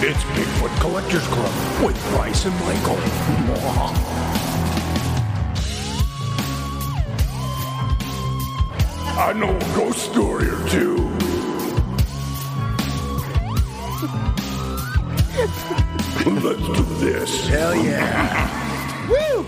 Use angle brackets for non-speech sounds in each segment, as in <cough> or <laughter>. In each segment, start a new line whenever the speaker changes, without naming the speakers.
It's Bigfoot Collectors Club with Bryce and Michael. I know a ghost story or two. Let's do this.
Hell yeah. <laughs> Woo!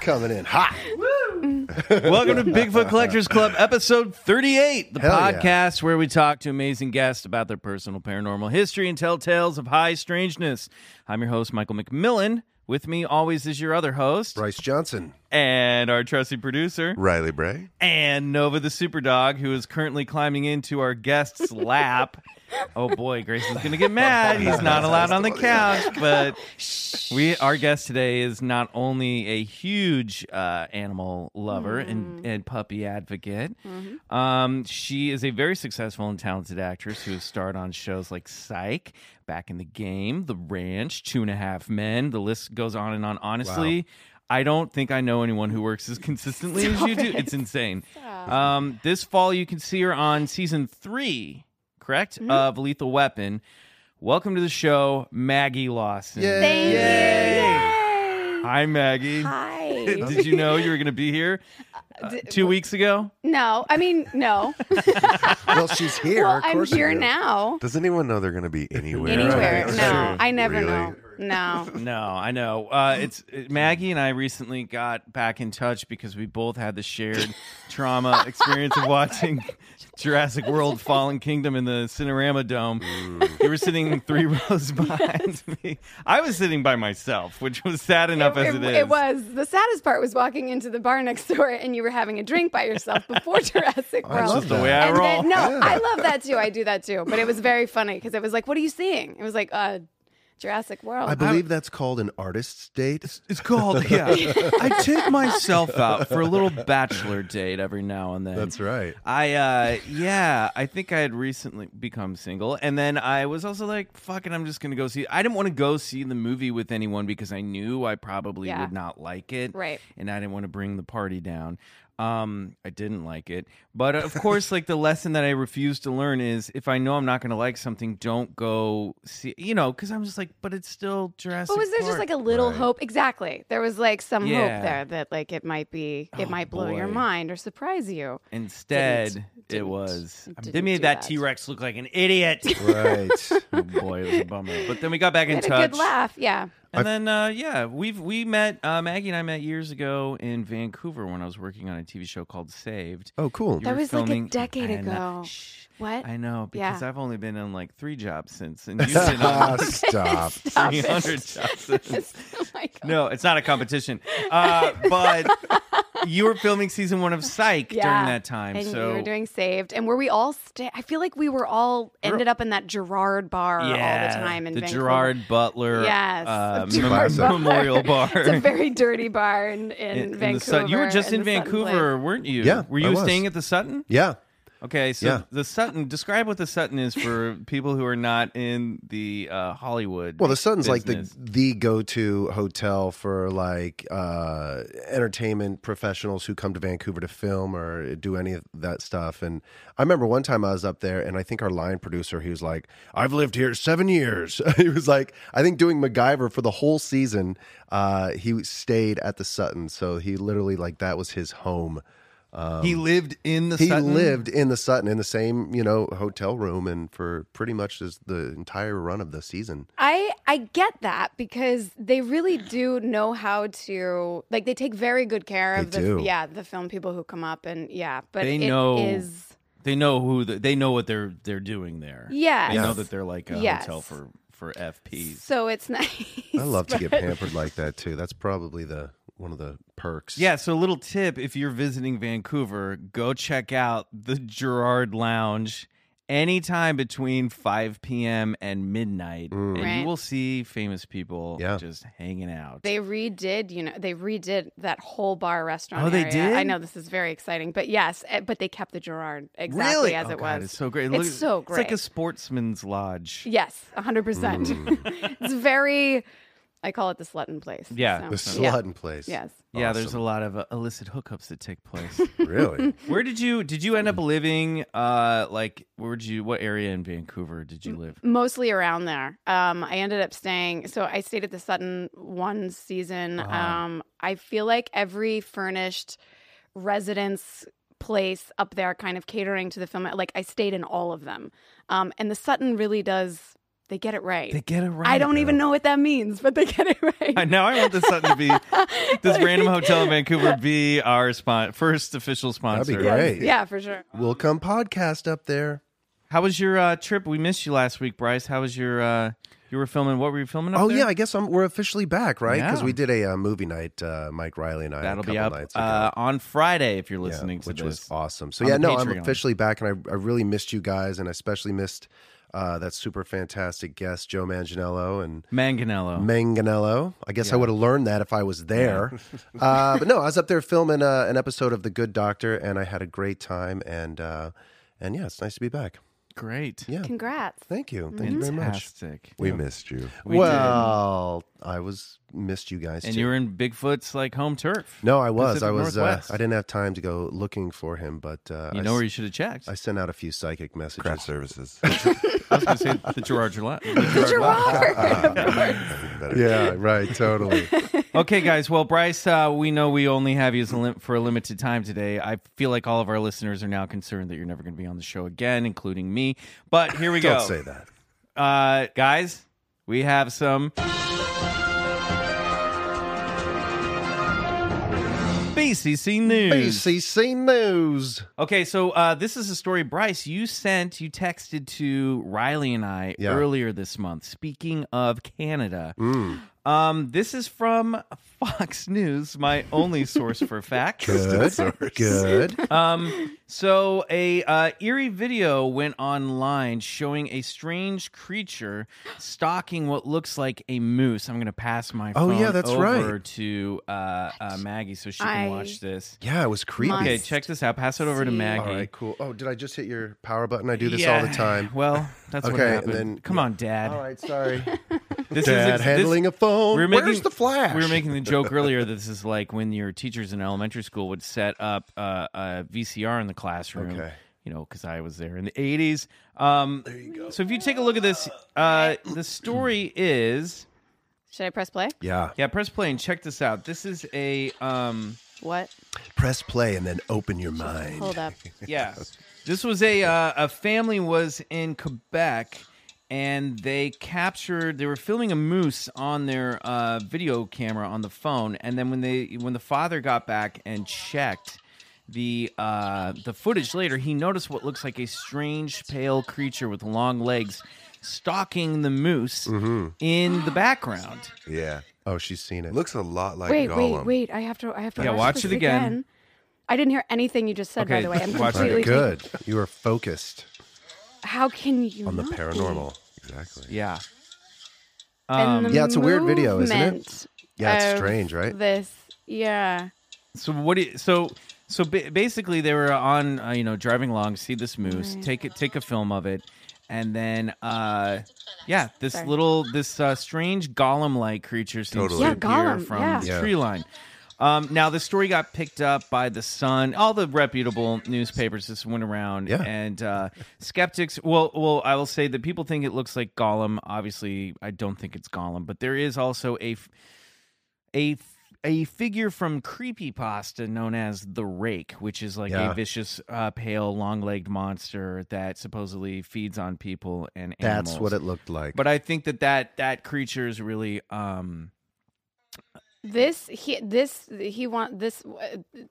Coming in hot.
Welcome to Bigfoot Collectors Club, episode 38, the
Hell yeah.
podcast where we talk to amazing guests about their personal paranormal history and tell tales of high strangeness. I'm your host, Michael McMillan. With me always is your other host
Bryce Johnson.
and our trusty producer,
Riley Bray.
and Nova the Superdog, who is currently climbing into our guest's lap. Oh boy, Grayson's gonna get mad. He's not allowed on the couch, but we our guest today is not only a huge uh, animal lover and, and puppy advocate, um, she is a very successful and talented actress who has starred on shows like Psych, Back in the Game, The Ranch, Two and a Half Men. The list goes on and on. Honestly. I don't think I know anyone who works as <laughs> consistently as you do. It's insane. Um, this fall, you can see her on season three, correct,
Mm-hmm.
of Lethal Weapon. Welcome to the show, Maggie Lawson.
Yay.
Thank you. Yay.
Hi, Maggie.
Hi.
Did you know you were going to be
<laughs>
here uh,
d-
two weeks ago?
No, I mean no.
Well, she's here.
well,
of
I'm
course you
here
do.
now.
Does anyone know they're going to be anywhere?
Anywhere?
Right.
No,
Sure.
I never
Really?
know. No.
No, I know. Uh, it's it- Maggie and I recently got back in touch because we both had the shared trauma experience of watching Jurassic World: Fallen Kingdom in the Cinerama Dome. You were sitting three <laughs> rows behind me. I was sitting by myself, which was sad enough as it is.
was the saddest part was walking into the bar next door and you were having a drink by yourself before <laughs> Jurassic World.
love
the way I
and
roll.
then, no, I love that too. I do that too. But it was very funny because it was like, "What are you seeing?" It was like, "Uh, Jurassic World."
I believe that's called an artist's date.
It's called, yeah. I take myself out for a little bachelor date every now and then.
That's
<laughs>
right.
I, uh, yeah, I think I had recently become single. And then I was also like, fucking, I'm just going to go see. I didn't want to go see the movie with anyone because I knew I probably
Yeah.
would not like it.
Right.
And I didn't want to bring the party down. Um, I didn't like it. But of course, like the lesson that I refuse to learn is if I know I'm not going to like something, don't go see, you know, because I'm just like, but it's still Jurassic
but was there just
Park.
like a little
Right.
hope? Exactly. There was like some
Yeah.
hope there that like it might be, it
Oh,
might blow your
boy.
mind or surprise you.
Instead,
Didn't-
it
didn't-
was.
didn't
They
do
made that
that.
T Rex look like an
<laughs>
idiot.
Right.
oh boy, it was a bummer. But then we got back
We
in
had
touch.
a good laugh. Yeah.
And then, uh, yeah, we've we met. Uh, Maggie and I met years ago in Vancouver when I was working on a TV show called Saved.
Oh, cool.
You
That
were
was like a
filming-
decade
I know.
ago.
Shh.
What?
I know because
Yeah.
I've only been on like three jobs since, and you've been
<laughs>
on
Stop.
<laughs>
Stop
three
it.
hundred <laughs> jobs since.
<laughs> oh my God.
<laughs> No, it's not a competition. Uh,
<laughs>
but you were filming season one of Psych during
Yeah.
that time,
And
so
we were doing saved, and were we all? Sta- I feel like we were all ended up in that Gerard bar all the time in
the
Vancouver.
Gerard Butler
Yes, <laughs>
uh,
Gerard
Mem-
Butler.
Memorial Bar.
<laughs> It's a very dirty bar in, in,
in- in
Vancouver.
the Sutton- you were just in,
the Sutton
Vancouver, weren't you?
Yeah,
Were
I
you
was.
staying at the Sutton?
Yeah.
Okay, so
Yeah.
the Sutton. Describe what the Sutton is for <laughs> people who are not in the uh, Hollywood.
Well, the Sun's like the
business.
the go to hotel for like uh, entertainment professionals who come to Vancouver to film or do any of that stuff. And I remember one time I was up there, and I think our line producer he was like, "I've lived here seven years." <laughs> he was like, I think doing MacGyver for the whole season. Uh, he stayed at the Sutton, so he literally like that was his home.
he lived in the
um, He
Sutton.
lived in the Sutton in the same you know hotel room, and for pretty much this, the entire run of the season.
I I get that because they really do know how to like they take very good care of
They
the
do.
yeah the film people who come up and yeah but
They
it
know
is-
They know who the, they know what they're they're doing there.
Yes.
they know that they're like a
Yes.
hotel for for FPs.
so it's <laughs> nice.
I love to get
but-
pampered like that too. That's probably the one of the perks.
Yeah, so a little tip if you're visiting Vancouver, go check out the Gerard Lounge anytime between 5 p.m. and midnight, and you
Right.
will see famous people
Yeah.
just hanging out.
They redid, you know, they redid that whole bar restaurant.
Oh, they
area.
did?
I know this is very exciting, but yes, eh, but they kept the Gerard exactly
really?
as
Oh,
it
God,
was.
It's so great.
It's
Look-
so
It's like a
great.
sportsman's lodge. Mm.
<laughs> yes, hundred percent. It's very. I call it the slutton place.
Yeah.
The
so-
slutting
yeah.
place.
Yes.
Yeah, there's a lot of uh, illicit hookups that take
<laughs>
place. <laughs>
Really?
Where did you did you end up living? Uh, like where did you? What area in Vancouver did
Mm.
you live?
Mostly around there. Um, I ended up staying. So I stayed at the Sutton one season.
Uh-huh.
Um, I feel like every furnished residence place up there, kind of catering to the film. Like I stayed in all of them, um, and the Sutton really does. They get it right.
They get it right.
I don't even know what that means, but they get it
<laughs> I
right.
know. I want this Sutton to be this
Like-
random hotel in Vancouver be our spon- first official
That'd
sponsor.
be great.
Yeah, for sure.
We'll come podcast up there.
How was your uh, trip? We missed you last week, Bryce. How was your? Uh, you were filming. What were you filming? Up
oh
there?
yeah, I guess I'm, we're officially back, right? Because
Yeah.
we did a uh, movie night, uh, Mike Riley and I.
that'll
a
be
couple
up
nights ago.
uh, on Friday if you're
Yeah,
listening to
which
this.
was awesome. So
on
yeah,
the
no, I'm
Patreon.
officially back, and I, I really missed you guys, and I especially missed uh, that super fantastic guest Joe Manganiello and
Manganello.
Manganello. I guess I would have learned that if I
<laughs>
was there. uh, but no, I was up there filming uh, an episode of The Good Doctor, and I had a great time. And uh, and yeah, it's nice to be back.
great.
Yeah,
Congrats.
thank you, thank you very much.
Fantastic.
We missed you.
We
well, I was missed you guys.
And
too.
you were in Bigfoot's like home turf.
no, I was.
Pacific
I was. Uh,
Northwest.
I didn't have time to go looking for him, but uh,
You
I,
know
s-
where you should have checked.
I sent out a few psychic messages.
Craft services.
I was
<laughs>
going to say the Gerard Gillette.
Better.
yeah, right,
<laughs>
totally.
okay, guys. Well, Bryce, uh, we know we only have you as a lim- for a limited time today. I feel like all of our listeners are now concerned that you're never going to be on the show again, including me. But here we
<coughs>
go.
Don't say that.
Uh, guys, we have some. BCC News.
BCC News.
Okay, so uh, this is a story, Bryce. You sent, you texted to Riley and I
Yeah.
earlier this month. Speaking of Canada,
Mm.
um, this is from <laughs> Fox News, my only source for
<laughs>
facts.
Good. Good.
Um, so a uh, eerie video went online showing a strange creature stalking what looks like a moose. I'm gonna pass my
Oh,
phone
yeah, that's right.
over to uh, uh, Maggie so she can
I-
watch this.
Yeah, it was creepy.
Must
Okay, check this out. Pass it over to
see.
Maggie.
All right, cool. Oh, did I just hit your power button? I do this all
Yeah.
the
<laughs>
time.
Well, that's what
Okay, and
happened.
then-
Come on, Dad.
All right,
<laughs>
sorry.
This
Dad
ex-
handling a phone.
we were making-
Where's the flash?
We were making the joke earlier that this is like when your teachers in elementary school would set up uh, a VCR in the classroom.
Okay.
You know, because I was there in the '80s. Um, there you go. So if you take a look at this, uh, the story is
<laughs> Should I press play?
yeah.
yeah. Press play and check this out. This is a um,
What?
Press play and then open your mind.
Hold up.
yeah. This was a uh, a family was in Quebec, and they captured. They were filming a moose on their uh, video camera on the phone, and then when they when the father got back and checked the uh, the footage later, he noticed what looks like a strange pale creature with long legs stalking the moose in the background.
Yeah.
Oh, she's seen it.
It looks a lot like
wait,
Gollum.
wait, wait! I have to. I have to.
Yeah,
watch,
watch
this
it again.
I didn't hear anything you just said.
Okay,
by the way, I'm
<laughs> watch it.
completely
Good. You are focused
How can you
on the
not be?
paranormal.
Exactly.
Yeah. Um,
And the
Yeah, it's a weird video, isn't it?
movement
Yeah, it's
of
strange, right?
This, yeah.
So what do you, so so ba- basically they were on uh, you know driving along see this moose take it take a film of it and then uh yeah this
Sorry.
little this uh, strange golem like creature seems
Totally.
to
Yeah,
appear
Gollum,
from
yeah.
the
Yeah.
tree line. Um, now the story got picked up by the Sun, all the reputable newspapers. This went around,
Yeah.
and uh, skeptics. Well, well, I will say that people think it looks like Gollum. Obviously, I don't think it's Gollum, but there is also a f- a f- a figure from creepypasta known as the rake which is like a
Yeah.
vicious uh, pale long-legged monster that supposedly feeds on people and animals.
That's what it looked like.
but i think that that that creature is really um
This he this he want this. uh,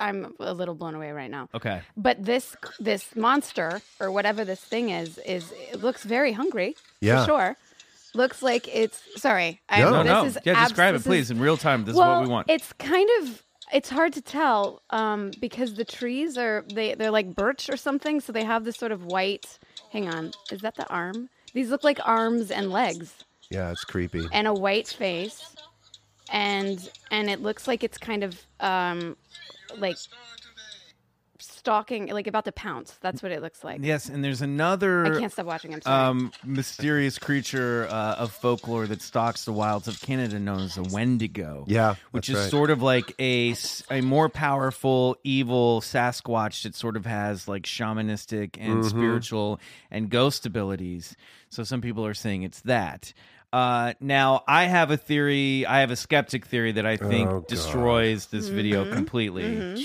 I'm a little blown away right now.
okay
But this this monster or whatever this thing is is it looks very hungry.
Yeah.
for sure. Looks like it's sorry. I,
No.
no
Oh,
this
no
Is
yeah
abs-
describe it
this is-
please in real time this
well,
is what we want
It's kind of it's hard to tell um, because the trees are they they're like birch or something, so they have this sort of white. Hang on, is that the arm? These look like arms and legs
yeah, it's creepy.
and a white face, and and it looks like it's kind of um, like stalking, like about to pounce. That's what it looks like.
Yes, and there's
I
another
can't stop watching. I'm sorry.
um, mysterious creature uh, of folklore that stalks the wilds of Canada known as the Wendigo.
Yeah,
Which is
that's right.
sort of like a, s- a more powerful evil Sasquatch that sort of has like shamanistic and
Mm-hmm.
spiritual and ghost abilities. So some people are saying it's that. Uh, now I have a theory. I have a skeptic theory that I think
Oh, God.
destroys this video completely.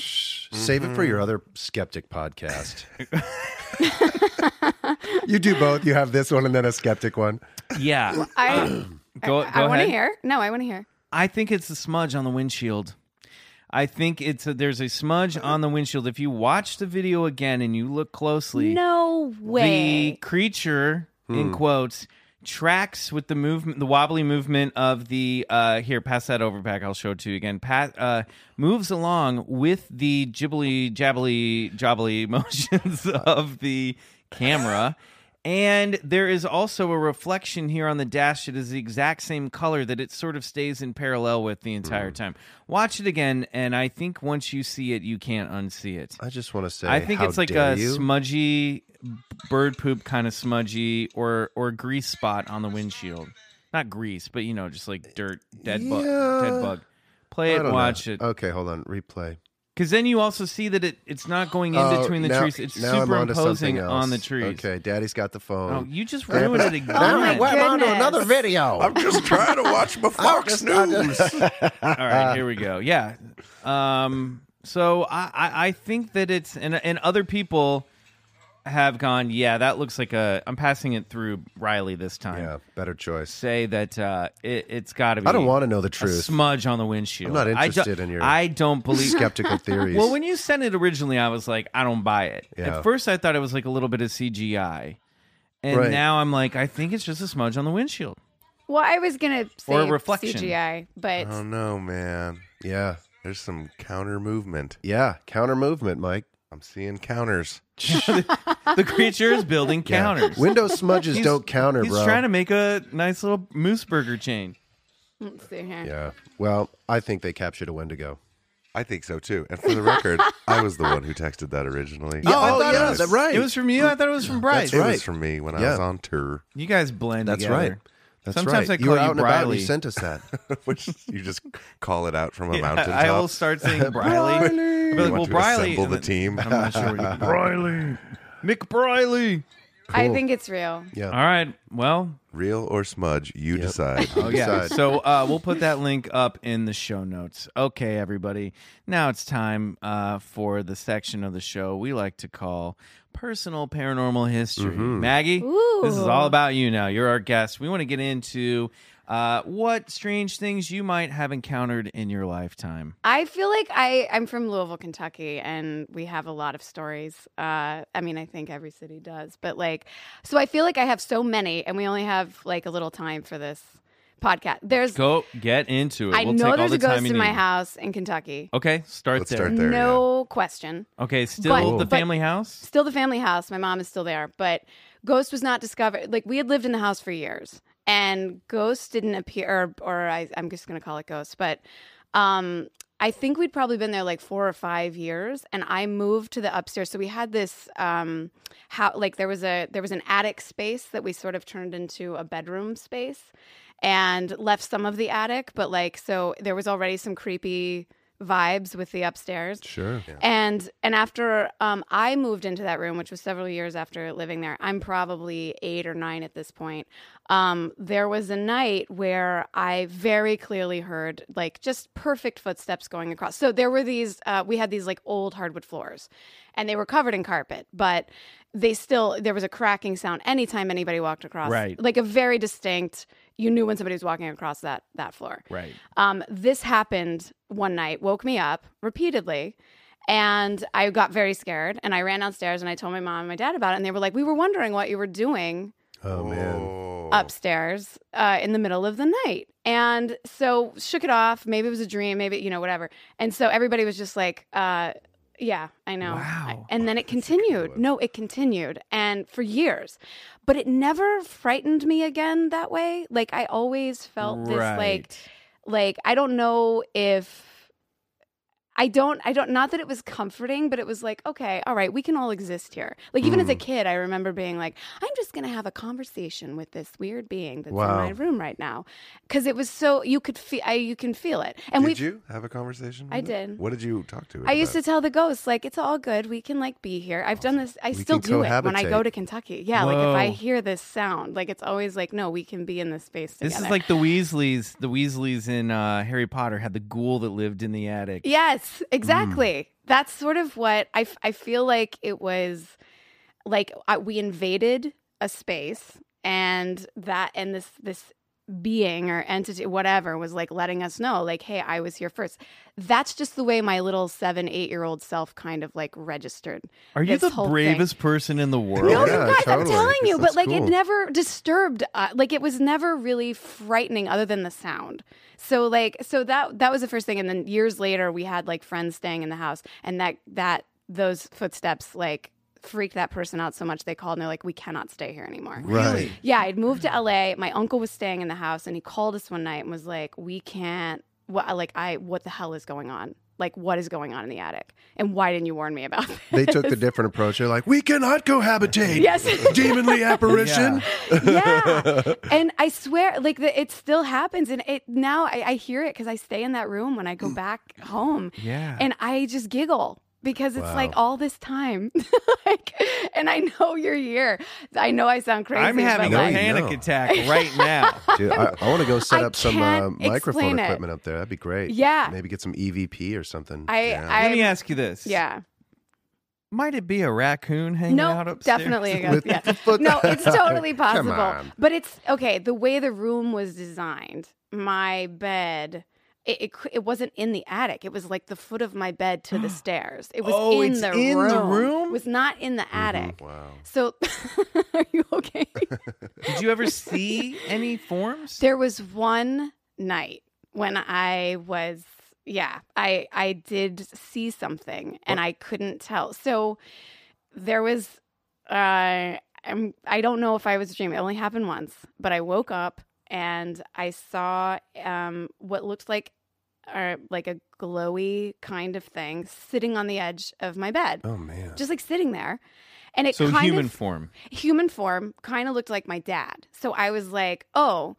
Save it for
Mm-hmm.
your other skeptic
<laughs>
<laughs>
podcast. you do both. You have this one and then a skeptic one.
Yeah, <coughs>
I,
go, go
I, I want to
ahead.
hear. No, I want to hear.
I think it's a smudge on the windshield. I think it's a, there's a smudge on the windshield. If you watch the video again and you look closely,
No
the
way.
creature in quotes tracks with the movement, the wobbly movement of the uh, here. Pass that over back. I'll show it to you again. Pat uh, moves along with the jibbly jabbly jobbly <laughs> motions of the camera. And there is also a reflection here on the dash that is the exact same color that it sort of stays in parallel with the entire time. Watch it again, and I think once you see it, you can't unsee it.
I just want to say,
I think
how
it's like
dare
a
you.
smudgy bird poop kind of smudgy or or grease spot on the windshield. Not grease, but you know, just like dirt, dead bug, dead
Yeah.
bug. Play
I
it,
don't know. Uh,
watch it,
Okay, hold on. Replay.
because then you also see that it, it's not going in
Oh,
between the
now-
trees; it's
now I'm onto something
superimposing on the
else.
trees.
Okay, Daddy's got the phone.
Oh, you just ruined it again.
Oh my
Well, I'm onto
goodness.
another video.
I'm just trying to watch <laughs> my Fox
just- I'm
News.
All
Uh.
right, here we go. Yeah. Um. So I, I, I think that it's and and other people have gone. Yeah, that looks like a. I'm passing it through Riley this time.
yeah, better choice.
Say that uh, it, it's got to be.
I don't want to know the
a
truth.
smudge on the windshield.
I'm not
I don't-
interested in your
I don't believe.
<laughs> Skeptical theories.
<laughs> well, when you sent it originally, I was like, I don't buy it.
Yeah.
At first, I thought it was like a little bit of CGI, and
Right.
now I'm like, I think it's just a smudge on
<laughs>
the windshield. <laughs>
Well, I was gonna say
Or reflection.
CGI, but
<laughs> oh no, man.
yeah,
There's some counter movement.
yeah, counter movement, Mike.
I'm seeing counters.
The creature is building
Yeah.
counters.
Window smudges
He's-
don't counter,
He's
bro.
trying to make a nice little moose burger chain.
let's see here.
yeah. Well, I think they captured a Wendigo.
I think so too. And for the record, I was the one who texted that originally.
Yeah, I Oh, thought it yeah, was-
It
that- right.
It was from you. I thought it was from Bryce.
That's right.
was from me when I
Yeah.
was on tour, <laughs>
You guys blend.
That's
together.
right. That's
Sometimes
right.
I
you were
call you
out and about. and
Briley.
You sent us
<laughs>
that.
which you just call it out from a
Yeah,
mountaintop.
I will
<laughs>
start saying Briley. I'll be
You
like,
want
well,
to
Briley.
assemble the
and then-
team.
I'm not
<laughs>
sure. What you, Briley, Nick Briley.
I
Cool.
think it's real.
Yeah.
All right. Well,
Real or smudge, you decide.
oh yeah.
Decide.
So uh, we'll put that link up in the show notes. Okay, everybody. Now it's time uh, for the section of the show we like to call personal paranormal history.
Mm-hmm.
Maggie, this is
Ooh.
all about you now. You're our guest. We want to get into uh, what strange things you might have encountered in your lifetime.
I feel like I I'm from Louisville, Kentucky, and we have a lot of stories. Uh, I mean, I think every city does, but like, so I feel like I have so many, and we only have like a little time for this podcast. There's
Go get into it.
I
we'll
know
take all
there's
the
a
time
ghost
you
in my
need.
house in Kentucky.
Okay, start
Let's
there.
start there.
no question.
Okay, still
But-
the
but-
family house.
still the family house. My mom is still there, but Ghost was not discovered. Like we had lived in the house for years, and Ghost didn't appear, or, or I, I'm just gonna call it Ghost. But um, I think we'd probably been there like four or five years, and I moved to the upstairs. So we had this um, how like there was a there was an attic space that we sort of turned into a bedroom space, and left some of the attic, but like so there was already some creepy vibes with the upstairs
Sure.
and and after um, I moved into that room, which was several years after living there, I'm probably eight or nine at this point. Um, there was a night where I very clearly heard like just perfect footsteps going across. So there were these. Uh, we had these like old hardwood floors, and they were covered in carpet, but they still there was a cracking sound anytime anybody walked across.
Right.
Like a very distinct. You knew when somebody was walking across that that floor.
Right.
Um, this happened one night, woke me up repeatedly, and I got very scared. And I ran downstairs and I told my mom and my dad about it. And they were like, We were wondering what you were doing
Oh man.
upstairs uh, in the middle of the night. And so shook it off. Maybe it was a dream, maybe, you know, whatever. And so everybody was just like, uh, yeah, I know.
Wow.
And then it continued. No, it continued. And for years. But it never frightened me again that way. Like I always felt this like
Right.
like I don't know if I don't I don't not that it was comforting, but it was like, okay, all right, we can all exist here. Like even as
Hmm.
a kid, I remember being like, I'm just gonna have a conversation with this weird being that's
Wow.
in my room right now. Cause it was so you could feel I you can feel it. And we
did you have a conversation?
I
with it?
did.
What did you talk to? It
I used to
about?
tell the ghosts like it's all good. We can like be here. I've done this. I still
can
do it when I go
cohabitate.
to Kentucky. Yeah, like if I
Whoa.
hear this sound, like it's always like no, we can be in this space together.
This is like the Weasleys. The Weasleys in uh, Harry Potter had the ghoul that lived in the attic.
Yes, exactly. That's sort of what I, f- I feel like it was like I, we invaded a space and that and this this being or entity whatever was like letting us know like hey I was here first. That's just the way my little 7 8 year old self kind of like registered.
Are you
this
the
whole thing.
bravest person in the world?
No,
Yeah,
you guys, I'm
totally.
telling you, but
That's
like
cool.
it never disturbed. Uh, like it was never really frightening, other than the sound. So like, so that that was the first thing, and then years later, we had like friends staying in the house, and that that those footsteps like freaked that person out so much they called and they're like, we cannot stay here anymore.
Right.
Yeah, I'd moved to LA. My uncle was staying in the house, and he called us one night and was like, "We can't. What? Like, I. What the hell is going on? Like, what is going on in the attic? And why didn't you warn me about?" This?
They took
<laughs>
<laughs>
the different approach. They're like, we cannot cohabitate.
Yes. <laughs>
Demonly apparition.
yeah and i swear like the, it still happens and it now i, I hear it because i stay in that room when i go back home
Mm. Yeah.
and i just giggle because it's
Wow.
like all this time <laughs> like and i know you're here i know i sound crazy
I'm having a
but like,
pain
panic
No.
attack right now.
<laughs>
Dude, I, I want to go set
I
up some
can't
uh, microphone
explain it.
equipment up there. That'd be great.
Yeah.
Maybe get some EVP or something.
i
<laughs>
Let
i
me ask you this.
yeah
Might it be a raccoon hanging
No,
out upstairs?
definitely.
<laughs>
a
With
ghost, yeah.
the foot-
<laughs> No, it's totally
Come
possible.
on.
But it's okay. The way the room was designed, my bed. It, it cou- it wasn't in the attic. It was like the foot of my bed to
<gasps>
the stairs. It was
Oh,
in,
it's
the,
in
room.
the room? Mm-hmm.
It was not in the
<laughs>
attic.
Wow.
So, <laughs> are you okay?
Did you ever see any forms?
there was one night when I was yeah, I I did see something and I couldn't tell. So there was uh I'm I don't know if I was dreaming. It only happened once, but I woke up and I saw um what looked like uh, like a glowy kind of thing sitting on the edge of my bed.
oh, man.
Just like sitting there. And it
Uh. so
kind
human
of
form.
human form kind of looked like my dad. So I was like, oh,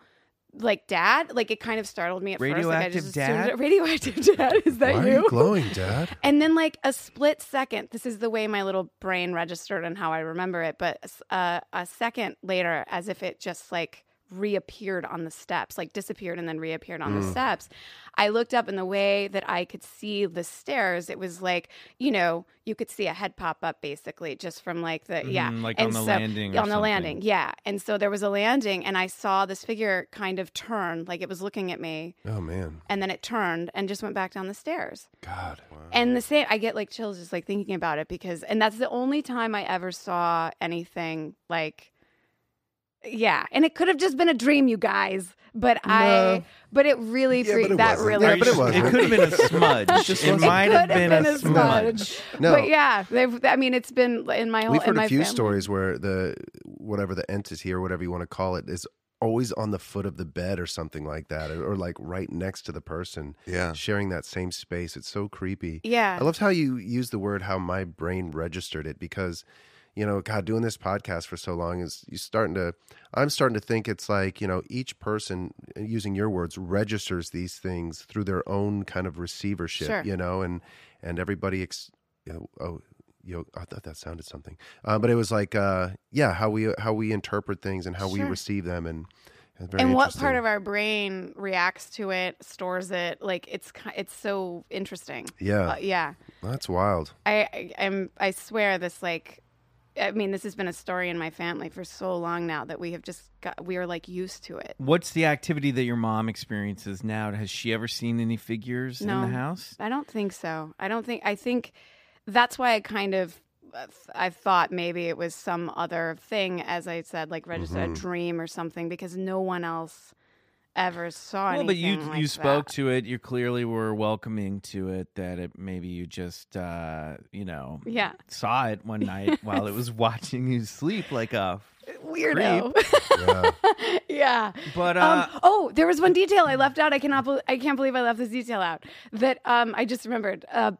like dad? Like it kind of startled me at first. Like I
Radioactive
just assumed-
dad?
<laughs> radioactive dad, is that
Why are
you?
you glowing,
<laughs>
Dad?
and then like a split second, this is the way my little brain registered and how I remember it, but uh, a second later, as if it just like reappeared on the steps, like disappeared and then reappeared on the steps. I looked up in the way that I could see the stairs, it was like, you know, you could see a head pop up basically just from like the yeah.
Mhm, like
and
on the
so-
landing or
On the
something.
landing, yeah. And so there was a landing and I saw this figure kind of turn, like it was looking at me,
Oh, man.
and then it turned and just went back down the stairs.
God.
And the same, I get like chills just like thinking about it because, and that's the only time I ever saw anything like, yeah. And it could have just been a dream, you guys, but I, but it really
Yeah,
freaked
but it
that
wasn't.
really,
Yeah, but it
freaked-
wasn't.
It could have been a
<laughs>
smudge.
just
it
wasn't.
might
It
have
could have
been, a,
been a
smudge.
No.
But yeah, they've, I mean, it's been in my whole,
We've
in
heard
my
a few
family.
stories where the whatever the entity or whatever you want to call it is always on the foot of the bed or something like that, or, or like right next to the person,
Yeah.
sharing that same space. It's so creepy.
Yeah.
I loved how you used the word how my brain registered it because, you know, God, doing this podcast for so long is you starting to, I'm starting to think it's like, you know, each person, uh, using your words, registers these things through their own kind of receivership,
Sure.
you know, and, and everybody, ex- you know, oh, you know, I thought that sounded something, uh, but it was like, uh, yeah, how we, how we interpret things and how we
Sure.
receive them. And, and very
and what
interesting.
part of our brain reacts to it, stores it? Like it's, ki- it's so interesting.
yeah,
Uh, yeah.
that's
<laughs>
wild.
I, I am I swear this like I mean this has been a story in my family for so long now that we have just got we are like used to it.
What's the activity that your mom experiences now? Has she ever seen any figures in
No.
the house?
I don't think so. I don't think I think that's why I kind of uh, I thought maybe it was
Mm-hmm.
some other thing as I said like register a dream or something because no one else ever
Well,
saw anything.
but you
like
you
that.
spoke to it. You clearly were welcoming to it. That it maybe you just uh, you know
Yeah,
saw it one
<laughs>
night while it was watching you sleep like a.
weirdo. <laughs> yeah.
But uh,
Um, oh, there was one detail I left out. I cannot. bel I can't believe I left this detail out. That um, I just remembered. Uh,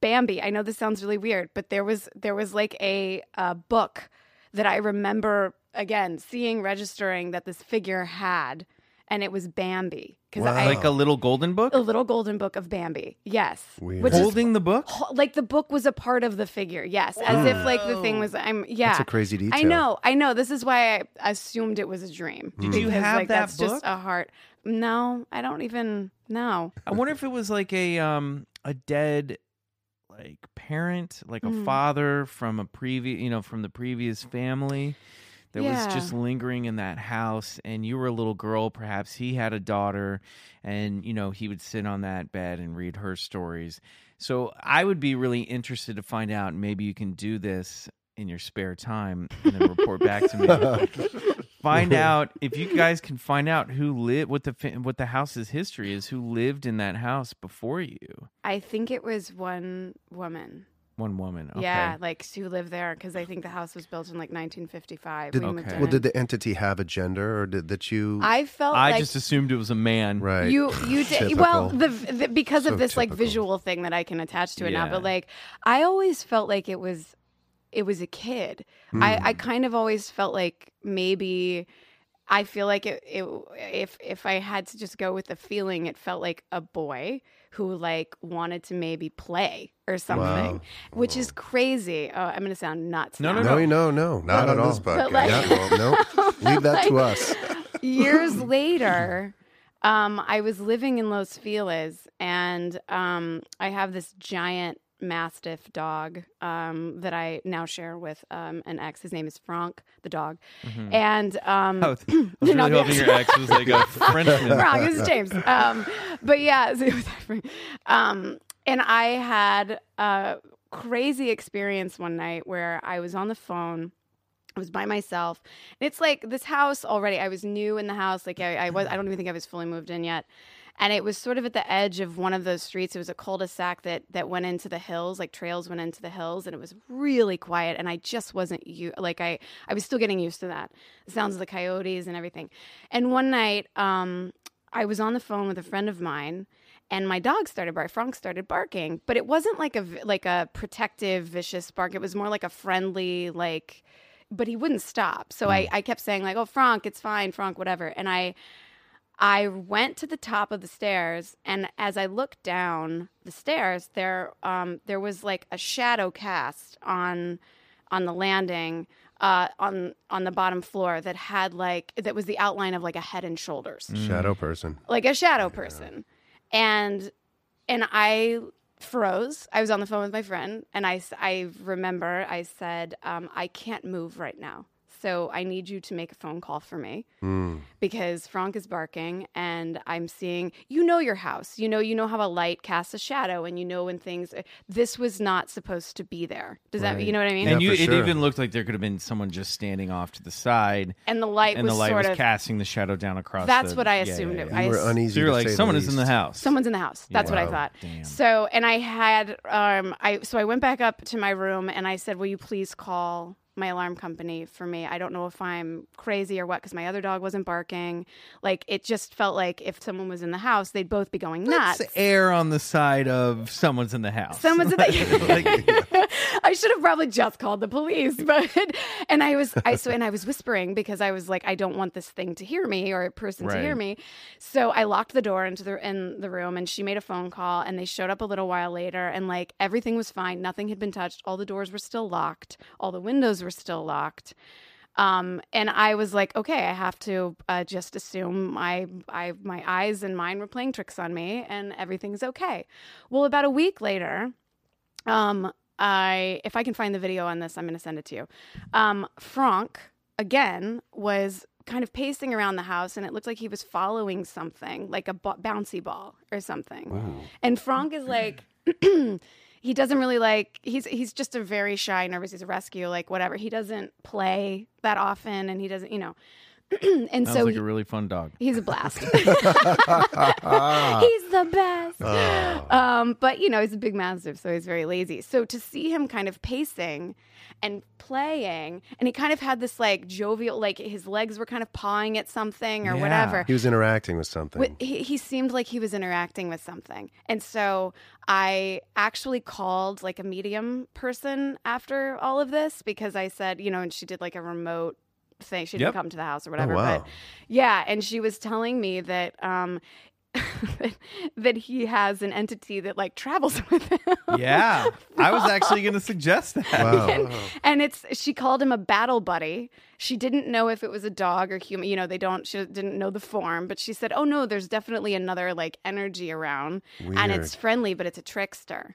Bambi. I know this sounds really weird, but there was there was like a uh, book that I remember again seeing registering that this figure had, and it was Bambi because I
like a little golden book
a little golden book of Bambi. Yes,
Weird.
which is
holding the book.
ho- like the book was a part of the figure. Yes, as if like the thing was. I'm yeah.
That's a crazy detail.
I know, I know. This is why I assumed it was a dream. Did
you have that
that's
book?
just a heart. No, I don't even know.
I wonder if it was like a um a dead like parent, like a
Mm.
father from a previous, you know, from the previous family that was just
Yeah.
lingering in that house and you were a little girl, perhaps he had a daughter and you know, he would sit on that bed and read her stories. So I would be really interested to find out maybe you can do this in your spare time and then report back to me find out if you guys can find out who lived what the fa- what the house's history is who lived in that house before you
I think it was one woman.
one woman okay.
Yeah, like who lived there because I think the house was built in like 1955.
Did-
we moved
Okay.
in.
well, did the entity have a gender, or did that you?
I felt
i
like
just assumed it was a man
right. <sighs>
You you did well
Typical.
the, the because
So
of this like
typical.
visual thing that I can attach to it now. But
Yeah.
like I always felt like it was it was a kid.
Hmm. Mm.
I I kind of always felt like maybe I feel like it, it if if I had to just go with the feeling, it felt like a boy who like wanted to maybe play or something,
Wow.
which is crazy. Oh, I'm gonna sound nuts.
No,
now.
no,
no, no, no,
Not
not at
on
all.
this podcast.
like-
Yeah,
Well,
no,
<laughs>
leave that to us.
years
<laughs>
later, um, I was living in Los Feliz, and um, I have this giant mastiff dog um, that I now share with um, an ex. His name is Frank, the dog,
Mm.
and um,
Mm-hmm. I was, I was
<laughs>
really
Not
hoping
yet.
your ex was like a
<laughs>
Frenchman.
Wrong. It's James. Um, but yeah, <laughs> so it was um, and I had a crazy experience one night where I was on the phone. I was by myself. And it's like this house already. I was new in the house. Like I, I was. I don't even think I was fully moved in yet. And it was sort of at the edge of one of those streets. It was a cul-de-sac that that went into the hills. Like trails went into the hills, and it was really quiet. And I just wasn't you. Like I, I was still getting used to that. The sounds of the coyotes and everything. And one night, um, I was on the phone with a friend of mine, and my dog started bark. Frank started barking, but it wasn't like a v- like a protective, vicious bark. It was more like a friendly, like. But he wouldn't stop, so I, I kept saying like, "Oh, Frank, it's fine, Frank, whatever." And I, I went to the top of the stairs, and as I looked down the stairs, there um, there was like a shadow cast on on the landing uh, on on the bottom floor that had like that was the outline of like a head and shoulders
Shadow
Hmm.
person.
like a shadow person and and i froze i was on the phone with my friend and i s- I remember i said um, i can't move right now so i need you to make a phone call for me
Hmm.
because frank is barking and i'm seeing you know your house you know you know how a light casts a shadow and you know when things this was not supposed to be there does that you know what i mean
And you,
for sure.
it even looked like there could have been someone just standing off to the side,
and the light
and
was
the light
sort
was
of
casting the shadow down across.
that's
the-
what
yeah,
i assumed
yeah,
it
yeah.
was
You were uneasy.
So you're
to
like,
say
someone
the
is in the
least.
house.
Someone's in the house. That's what I
Wow.
thought.
Damn.
So, and I had, um, I so I went back up to my room and I said, "Will you please call my alarm company for me? I don't know if I'm crazy or what, because my other dog wasn't barking. Like it just felt like if someone was in the house, they'd both be going nuts.
Let's err on the side of someone's in the house.
Someone's in the.
<laughs>
<laughs>
like,
I should have probably just called the police, <laughs> but and I was I so and I was whispering because I was like I don't want this thing to hear me or a person to hear
Right.
me. So I locked the door into the in the room and she made a phone call and they showed up a little while later and like everything was fine. Nothing had been touched. All the doors were still locked. All the windows were still locked. Um, and I was like, okay, I have to uh, just assume my I my eyes and mine were playing tricks on me, and everything's okay. Well, about a week later, um, I if I can find the video on this, I'm going to send it to you. Um, Frank again was kind of pacing around the house, and it looked like he was following something, like a bo- bouncy ball or something. And Frank is like. <clears throat> He doesn't really like he's he's just a very shy, nervous. He's a rescue, like whatever. He doesn't play that often, and he doesn't, you know. <clears throat> and
Sounds
so
like
he-
a really fun dog.
he's a
<laughs>
blast. <laughs> he's the best.
Oh.
Um, but you know, he's a big mastiff, so he's very lazy. So to see him kind of pacing and playing, and he kind of had this like jovial, like his legs were kind of pawing at something or
Yeah.
whatever.
He was interacting with something. Oh,
Wh- He, he seemed like he was interacting with something. And so I actually called like a medium person after all of this because I said, you know, and she did like a remote thing. She didn't
Yep. Oh,
come to the house or whatever.
wow.
But yeah. And she was telling me that, um, <laughs> that he has an entity that like travels <laughs> with him. <laughs>
Yeah, I was actually going to suggest that.
Wow.
And it's she called him a battle buddy. She didn't know if it was a dog or human. You know, they don't. She didn't know the form, but she said, "Oh no, there's definitely another like energy around, <laughs> and it's friendly, but it's a trickster."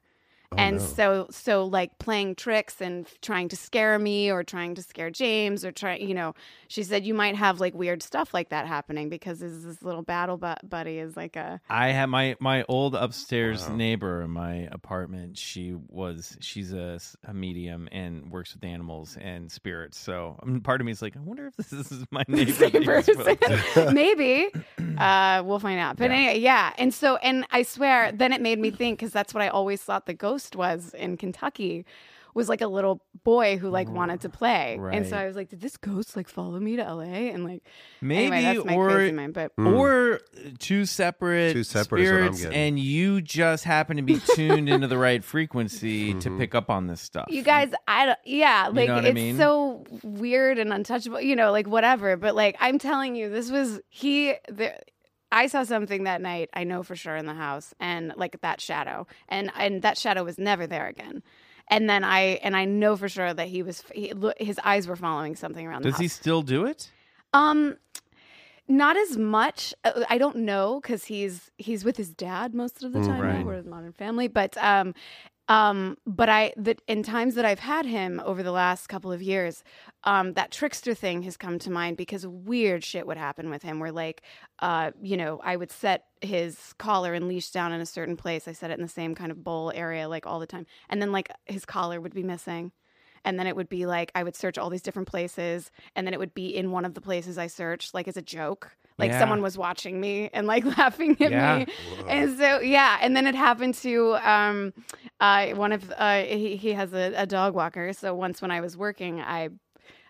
and so, so like playing tricks and f- trying to scare me or trying to scare James or trying, you know, she said you might have like weird stuff like that happening because this, this little battle bu- buddy is like a
I had my my old upstairs neighbor in my apartment. She was she's a, s- a medium and works with animals and spirits. So um, part of me is like, I wonder if this is
<laughs>
my neighbor. that <laughs>
same
you were supposed to- <laughs>
person. <laughs> Maybe. Uh, we'll find out. But
Yeah.
anyway, yeah. And so, and I swear, then it made me think because that's what I always thought the ghost was in Kentucky was like a little boy who like wanted to play. And so
Mm-hmm. Right.
I was like, did this ghost like follow me to LA? And like,
Maybe
anyway, that's my
or
crazy mind. But
or uh, two separate,
Hmm. Two separate is what I'm
spirits,
getting.
and you just happen to be tuned into the right
<laughs>
frequency
Mm-hmm.
to pick up on this stuff.
you guys, I don't, yeah, like
know what I
it's
mean?
so weird and untouchable, you know, like whatever. But like, I'm telling you, this was he, the, I saw something that night, I know for sure in the house and like that shadow and, and that shadow was never there again. And then I, and I know for sure that he was, he, look, his eyes were following something around the
Does
house.
he still do it?
Um, not as much. Uh, I don't know because he's he's with his dad most of the time. now.
right.
We're in Modern Family, but um, um, but I that in times that I've had him over the last couple of years, um, that trickster thing has come to mind because weird shit would happen with him. Where like, uh, you know, I would set his collar and leash down in a certain place. I set it in the same kind of bowl area like all the time, and then like his collar would be missing and then it would be like I would search all these different places, and then it would be in one of the places I searched, like as a joke, like
Yeah.
someone was watching me and like <laughs> laughing at
Yeah.
me, and so yeah, and then it happened to um, uh, one of uh, he, he has a, a dog walker, so once when I was working, I.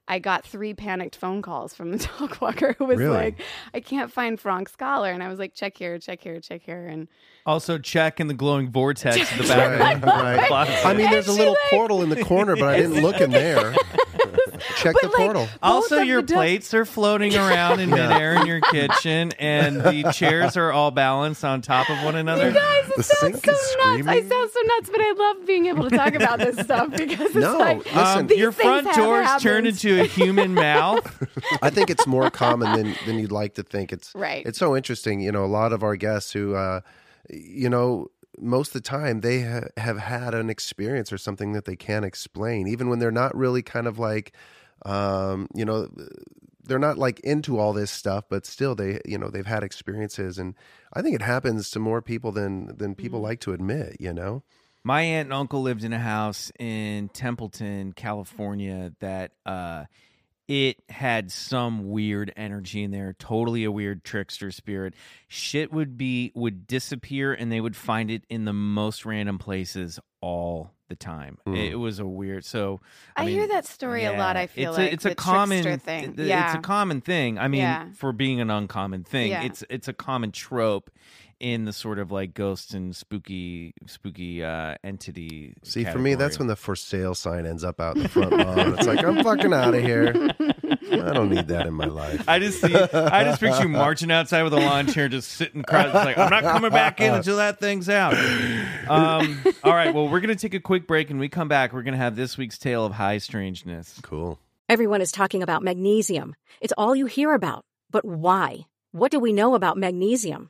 I got three panicked phone calls from the <laughs> dog walker who was
Really?
like, I can't find Frank's collar. And I was like, check here, check here, check here. And
Also, check in the glowing vortex in <laughs> the back.
Right,
of the
right.
closet.
I mean, there's a
she,
little
like-
portal in the corner, but I didn't look in
<laughs>
there. Check the
like,
portal.
both
Also,
of
your
the dog-
plates are <laughs> floating around in midair in your kitchen, and the chairs are all balanced on top of one another.
You guys, it
The
sounds
sink
so
is
nuts. I
screaming?
sound so nuts, but I love being able to talk
<laughs>
about this stuff because it's
No,
like
listen,
Um,
these
your
things
front
have
doors turn
happened.
into a human <laughs> mouth.
I think it's more common than than you'd like to think. It's
Right.
It's so interesting. You know, a lot of our guests who, uh, you know, most of the time they ha- have had an experience or something that they can't explain, even when they're not really kind of like, um, you know, they're not like into all this stuff, but still they, you know, they've had experiences, and I think it happens to more people than than people like to admit. You know,
My aunt and uncle lived in a house in Templeton, California that uh it had some weird energy in there, totally a weird trickster spirit. Shit would be would disappear and they would find it in the most random places all the time. It was a weird so
I,
mean,
hear that story a lot.
yeah,
I feel
it's
like
a, it's a
the
common
trickster thing.
th-
yeah, <laughs>
It's a common thing. I mean,
Yeah.
for being an uncommon thing,
Yeah.
it's it's a common trope in the sort of like ghosts and spooky spooky uh, entity.
see, for me, that's when
category.
the for sale sign ends up out in the front lawn. It's like I'm fucking out of here. I don't need that in my life.
I just see, I just picture you marching outside with a lawn chair, just sitting across. It's like I'm not coming back in until that thing's out. Um, all right, well, we're gonna take a quick break, and we come back. We're gonna have this week's tale of high strangeness.
<laughs> Cool.
Everyone is talking about magnesium. It's all you hear about. But why? What do we know about magnesium?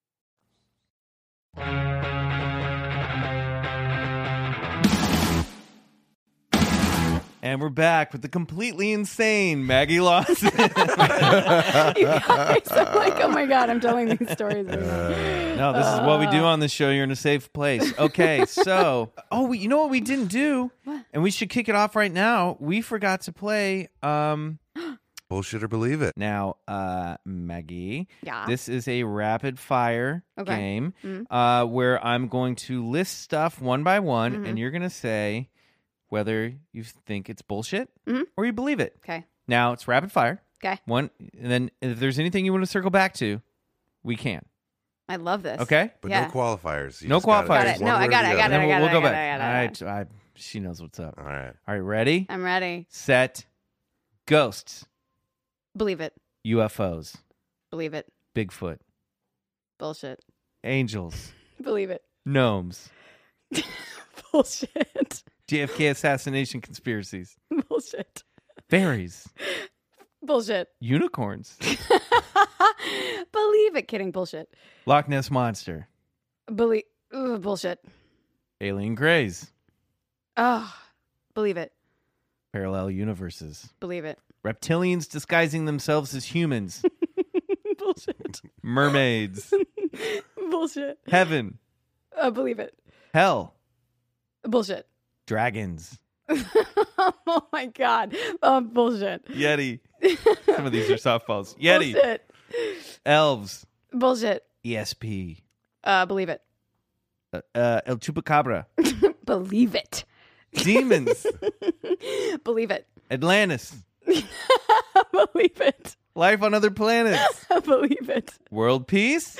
And we're back with the completely insane Maggie Lawson.
you guys, I'm like, oh my god, I'm telling these
<laughs>
stories. right now.
No, this is what we do on this show. You're in a safe place. Okay, so Ah. <laughs> oh, we, you know what we didn't do, and we should kick it off right now. We forgot to play. Um,
Bullshit or believe it.
now, uh, Maggie,
Yeah.
this is a rapid fire
Ah. Okay.
game
Mm.
uh, where I'm going to list stuff one by one,
Mm-hmm.
and you're gonna say whether you think it's bullshit
Mhm.
or you believe it.
Okay.
Now it's rapid fire.
Okay.
One, and then if there's anything you want to circle back to, we can.
I love this.
Okay.
But
Yeah.
no qualifiers. You
No
just gotta
qualifiers.
choose
Got it.
one
No, I
word or
got it,
the
I got
other.
And then
it,
we'll,
I
we'll
got
go
it,
back.
I got it,
I, I, she knows what's up.
All right.
All right, ready,
I'm ready.
set, ghosts,
Believe it.
UFOs,
Believe it.
Bigfoot,
Bullshit.
angels,
Believe it. <laughs>
gnomes,
Bullshit. <laughs>
JFK assassination conspiracies,
Bullshit.
fairies,
Bullshit.
unicorns,
<laughs> Believe it. Kidding. Bullshit.
Loch Ness monster,
Believe. Ugh, bullshit.
alien greys,
Oh, believe it.
parallel universes,
Believe it.
reptilians disguising themselves as humans,
bullshit.
mermaids,
<laughs> bullshit.
heaven,
Uh, believe it.
hell,
Bullshit. <laughs>
dragons,
oh my god. Um, bullshit.
yeti. Some of these are softballs. Yeti,
Bullshit.
elves,
Bullshit.
ESP,
Uh, believe it.
E uh, uh, El Chupacabra,
Believe it. <laughs>
demons,
Believe it. <laughs>
Atlantis,
believe it. <laughs>
life on other planets,
believe it.
world peace.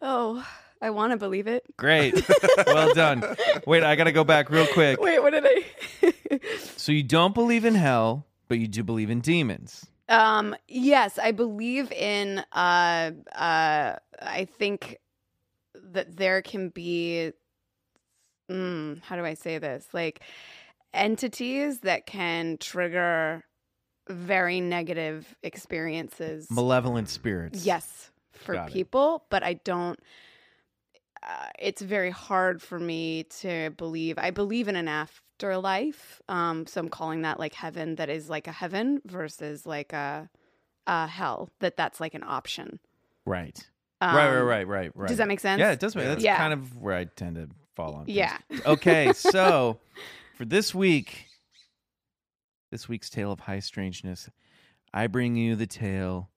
Oh, I want to believe it.
Great. Well done. Wait, I got to go back real quick.
Wait, what did I? <laughs>
So you don't believe in hell, but you do believe in demons.
Um, yes, I believe in uh uh I think that there can be mm, how do I say this? Like entities that can trigger very negative experiences.
Malevolent spirits.
yes, for
Got it.
people, but I don't uh, it's very hard for me to believe. I believe in an afterlife. Um, so I'm calling that like heaven that is like a heaven versus like a, a hell, that that's like an option.
Right.
Um,
right, right, right, right, right.
Does that make sense?
Yeah, it does make That's
Yeah.
kind of where I tend to fall on. things.
Yeah. <laughs>
Okay, so for this week, this week's Tale of High Strangeness, I bring you the tale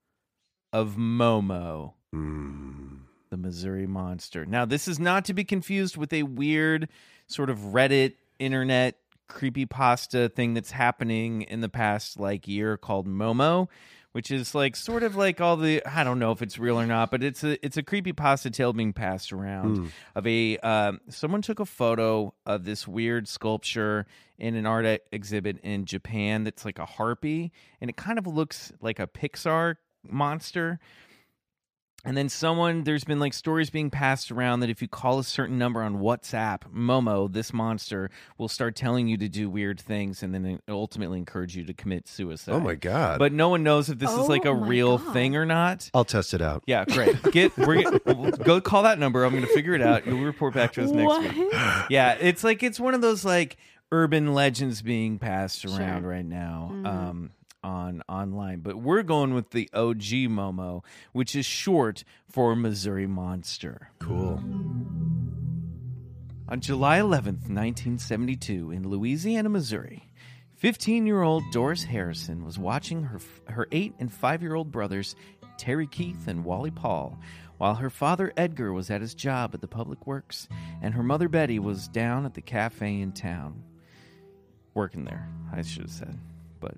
of Momo.
Mm.
the Missouri Monster. Now, this is not to be confused with a weird sort of Reddit internet creepypasta thing that's happening in the past like year called Momo, which is like sort of like all the I don't know if it's real or not, but it's a it's a creepypasta tale being passed around
Hmm.
of a um, someone took a photo of this weird sculpture in an art e- exhibit in Japan that's like a harpy and it kind of looks like a Pixar monster. And then someone, there's been like stories being passed around that if you call a certain number on WhatsApp, Momo, this monster, will start telling you to do weird things and then ultimately encourage you to commit suicide.
Oh my god!
But no one knows if this
Oh
is like a
my
real
God.
thing or not.
I'll test it out.
Yeah, great. Get we're gonna, <laughs> go call that number. I'm going to figure it out. You'll report back to us next
What?
week <laughs> yeah, it's like it's one of those like urban legends being passed around right now
Mm.
um, on online. But we're going with the OG Momo, which is short for Missouri Monster. Cool. On July 11th, 1972, in Louisiana, Missouri, 15 year old Doris Harrison was watching her, her 8 and 5 year old brothers, Terry Keith and Wally Paul, while her father Edgar was at his job at the public works and her mother Betty was down at the cafe in town. Working there, I should have said. But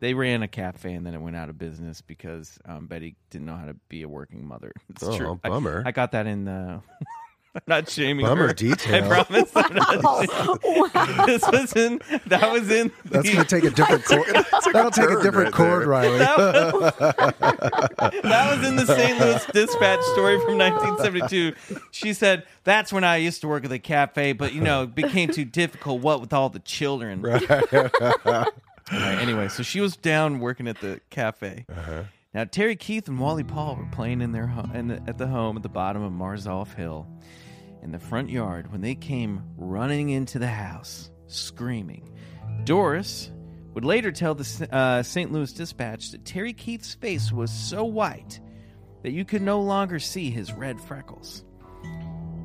They ran a cafe and then it went out of business because um, Betty didn't know how to be a working mother. <laughs> It's
Oh,
true. I-
bummer.
I, got that in the. <laughs> I'm not shaming
Bummer
her.
detail.
<laughs> I promise. I'm not-
Oh,
<laughs>
wow.
this was in. That was in.
That's
the- <laughs>
going to take a different chord. <laughs> That'll take a
turn right
different chord,
there.
Riley.
That was in the St. Louis Dispatch story from 1972. She said, "That's when I used to work at the cafe, but you know, it became too difficult. What with all the children." <laughs> All right, anyway, so she was down working at the cafe.
Uh-huh.
Now Terry Keith and Wally Paul were playing in their ho- in the, at the home at the bottom of Marzoff Hill in the front yard when they came running into the house, screaming. Doris would later tell the uh, St. Louis Dispatch that Terry Keith's face was so white that you could no longer see his red freckles.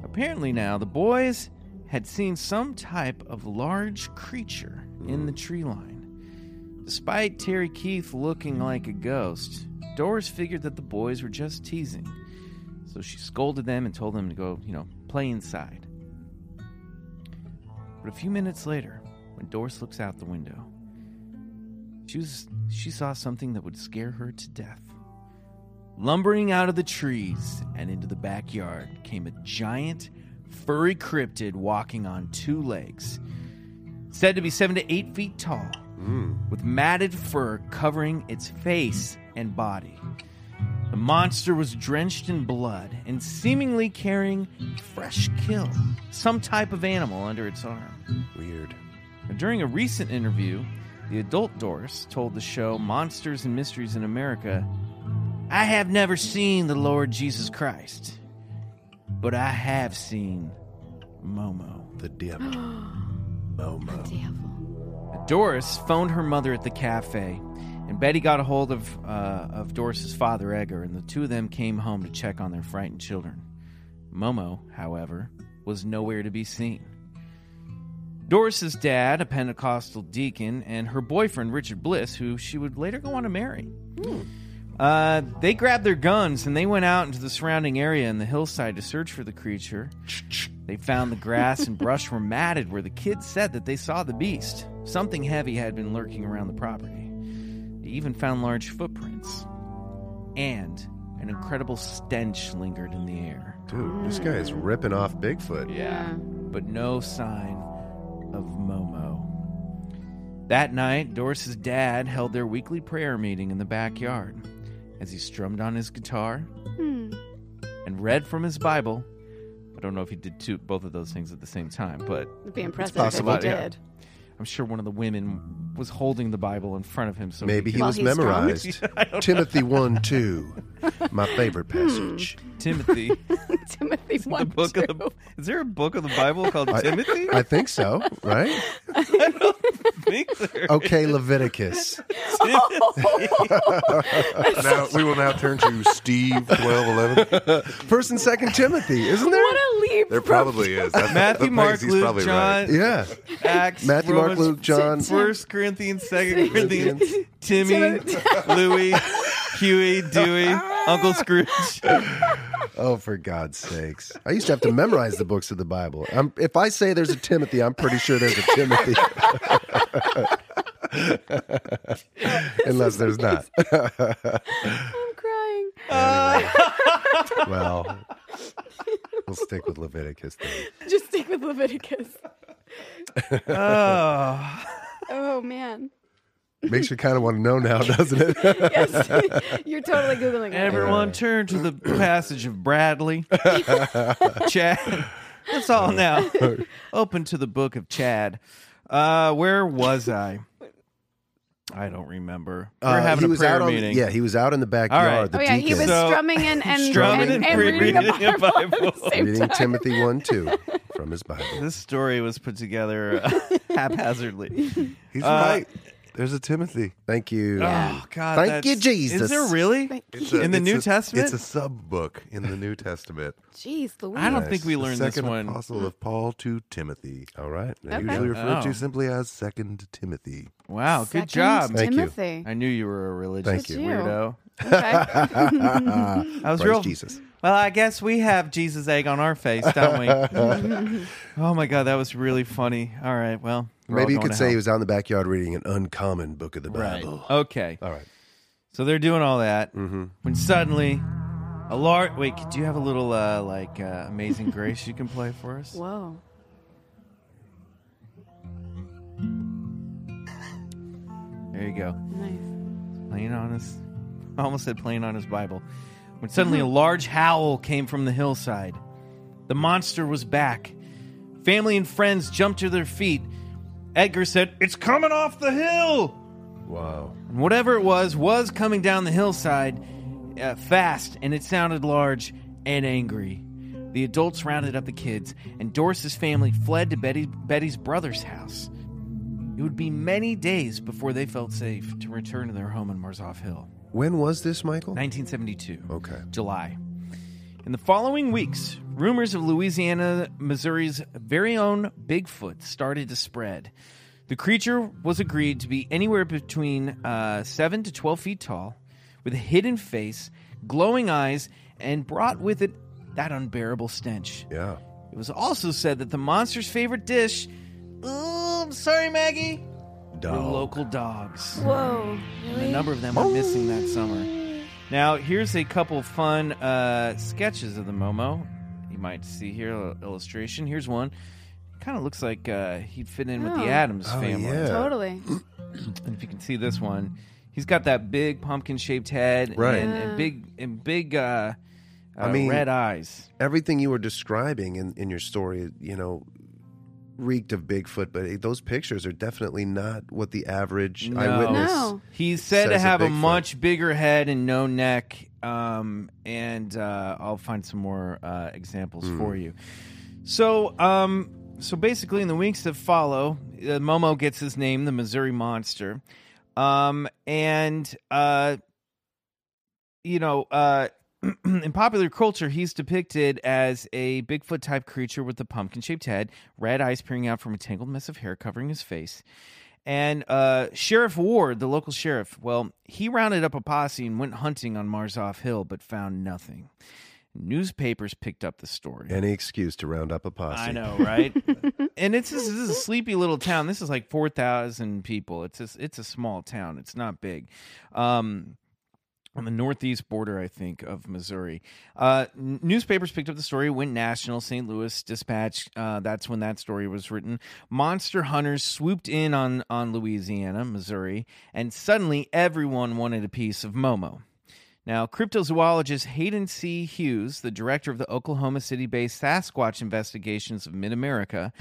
Apparently, now the boys had seen some type of large creature in the tree line. Despite Terry Keith looking like a ghost, Doris figured that the boys were just teasing. So she scolded them and told them to go, you know, play inside. But a few minutes later, when Doris looks out the window, she was she saw something that would scare her to death. Lumbering out of the trees and into the backyard came a giant, furry cryptid walking on two legs, said to be seven to eight feet tall, with matted fur covering its face and body. The monster was drenched in blood and seemingly carrying fresh kill, some type of animal under its arm.
Weird.
Now, During a recent interview, the adult Doris told the show Monsters and Mysteries in America I have never seen the Lord Jesus Christ, but I have seen Momo.
The dim. Momo.
Devil.
Doris phoned her mother at the cafe, and Betty got a hold of, uh, of Doris's father, Edgar, and the two of them came home to check on their frightened children. Momo, however, was nowhere to be seen. Doris's dad, a Pentecostal deacon, and her boyfriend, Richard Bliss, who she would later go on to marry. Uh, they grabbed their guns and they went out into the surrounding area in the hillside to search for the creature. They found the grass and brush were matted where the kids said that they saw the beast. Something heavy had been lurking around the property. They even found large footprints. And an incredible stench lingered in the air.
Dude, this guy is ripping off Bigfoot.
Yeah.
But no sign of Momo. That night, Doris's dad held their weekly prayer meeting in the backyard as he strummed on his guitar
Hmm.
and read from his Bible. I don't know if he did two, both of those things at the same time, but
It'd be impressive
possible,
if he
yeah.
did.
I'm sure one of the women was holding the Bible in front of him. So
Maybe he
While
was
he's drunk?
memorized.
<laughs>
Timothy 1 2. My favorite
<laughs>
passage.
Timothy,
Timothy
the
one
book of the is there a book of the Bible called
I-
Timothy?
I think so, right?
I <laughs> think there.
<laughs>
Okay, Leviticus.
now we will now turn to Steve twelve eleven.
First and second Timothy, isn't there?
What a leap!
There probably is. That's the
Matthew,
things
Mark,
he's
Luke,
probably
John,
Yeah.
Acts,
Matthew, Mark,
Romans,
Luke, John.
First Corinthians, Second Corinthians, Timmy,
Timothy.
Louis, Huey, Dewey, Uncle Scrooge.
Oh, for God's sakes. I used to have to memorize the books of the Bible. i if I say there's a Timothy, I'm pretty sure there's a
<laughs>
Timothy. Unless there's
<laughs>
not.
I'm <laughs> crying.
Well, we'll stick with Leviticus then.
Just stick with Leviticus.
<laughs> Oh,
Oh
<laughs>
man.
Makes you kind of want to know now, doesn't it?
Yes. <laughs> You're totally googling it.
everyone, turn to the <clears throat> passage
<laughs>
of Bradley, Chad. That's
<laughs>
all now. Open to the book of Chad. Uh, where was I? I don't remember. We're
Uh,
having
he
a
was
prayer
out on-
meeting.
yeah, he was out in the backyard.
right.
The
oh yeah, he
deacon,
was
So-
strumming and and,
Strumming
and,
and
and reading,
reading
the
a
Bible.
<laughs>
At
Bible.
the same
reading
time.
Timothy 1 2 from his Bible.
This story was put together
<laughs>
uh, haphazardly. uh,
He's right. There's a Timothy.
Thank you.
Oh God!
Thank
that's-
you, Jesus.
Is there really?
It's a-
In the
it's
New
a-
Testament?
it's a sub book in the New Testament.
Jeez, Louise.
I don't think we
The
learned this
second
one.
apostle of Paul to Timothy,
All right. there you
usually
go.
referred
Oh.
to simply as Second Timothy.
Wow,
Second
good job.
Thank you.
Timothy.
I knew you were a religious
Thank you.
<laughs> weirdo.
Okay.
I was
Praise
real
Jesus.
Well, I guess we have Jesus egg on our face, don't we? oh my god, that was really funny. All right, well, we're all
Maybe you
going
could
to
say he
hell.
was out in the backyard reading an uncommon book of the Bible.
Okay.
All right.
So they're doing all that when suddenly a large. Wait, do you have a little uh, like uh, Amazing Grace you can play for us?
Whoa.
There you go.
Nice.
Playing on his. <laughs> I almost said playing on his Bible. When suddenly a large howl came from the hillside. The monster was back. Family and friends jumped to their feet. Edgar said, It's coming off the hill!
Wow.
And whatever it was, was coming down the hillside uh, fast, and it sounded large and angry. The adults rounded up the kids, and Doris's family fled to Betty, Betty's brother's house. It would be many days before they felt safe to return to their home in Marzoff Hill.
When was this, Michael?
1972.
Okay.
July. In the following weeks, rumors of Louisiana, Missouri's very own Bigfoot started to spread. The creature was agreed to be anywhere between uh, 7 to 12 feet tall, with a hidden face, glowing eyes, and brought with it that unbearable stench.
Yeah.
It was also said that the monster's favorite dish, ooh, I'm sorry, Maggie, were
Dog.
local dogs.
Whoa.
A number of them are missing that summer. Now, here's a couple fun uh, sketches of the Momo. You might see here a illustration. Here's one. Kind of looks like uh, he'd fit in with the
Oh.
Adams
Oh,
family.
yeah.
Totally.
And if you can see this one, he's got that big pumpkin-shaped head,
Right.
And, and big and big uh, uh,
I mean-
red eyes.
Everything you were describing in, in your story, you know, reeked of Bigfoot, but it- those pictures are definitely not what the average eyewitness.
No.
He's said to
Says a
have a,
Bigfoot.
much bigger head and no neck. Um, and uh, I'll find some more uh, examples
Hmm.
for you. So, um, so basically, in the weeks that follow, uh, Momo gets his name, the Missouri Monster, um, and uh, you know, uh, <clears throat> in popular culture, he's depicted as a Bigfoot type creature with a pumpkin shaped head, red eyes peering out from a tangled mess of hair covering his face. And uh, Sheriff Ward, the local sheriff, well, he rounded up a posse and went hunting on Marzoff Hill, but found nothing. Newspapers picked up the story.
Any excuse to round up a posse.
I know, right? and it's this is a sleepy little town. This is like four thousand people. It's a, it's a small town. It's not big. Um, on the northeast border, I think, of Missouri. Uh, n- newspapers picked up the story, went national. St. Louis Dispatch. Uh, that's when that story was written. Monster hunters swooped in on on Louisiana, Missouri, and suddenly everyone wanted a piece of Momo. Now, cryptozoologist Hayden C. Hughes, the director of the Oklahoma City based Sasquatch investigations of Mid America,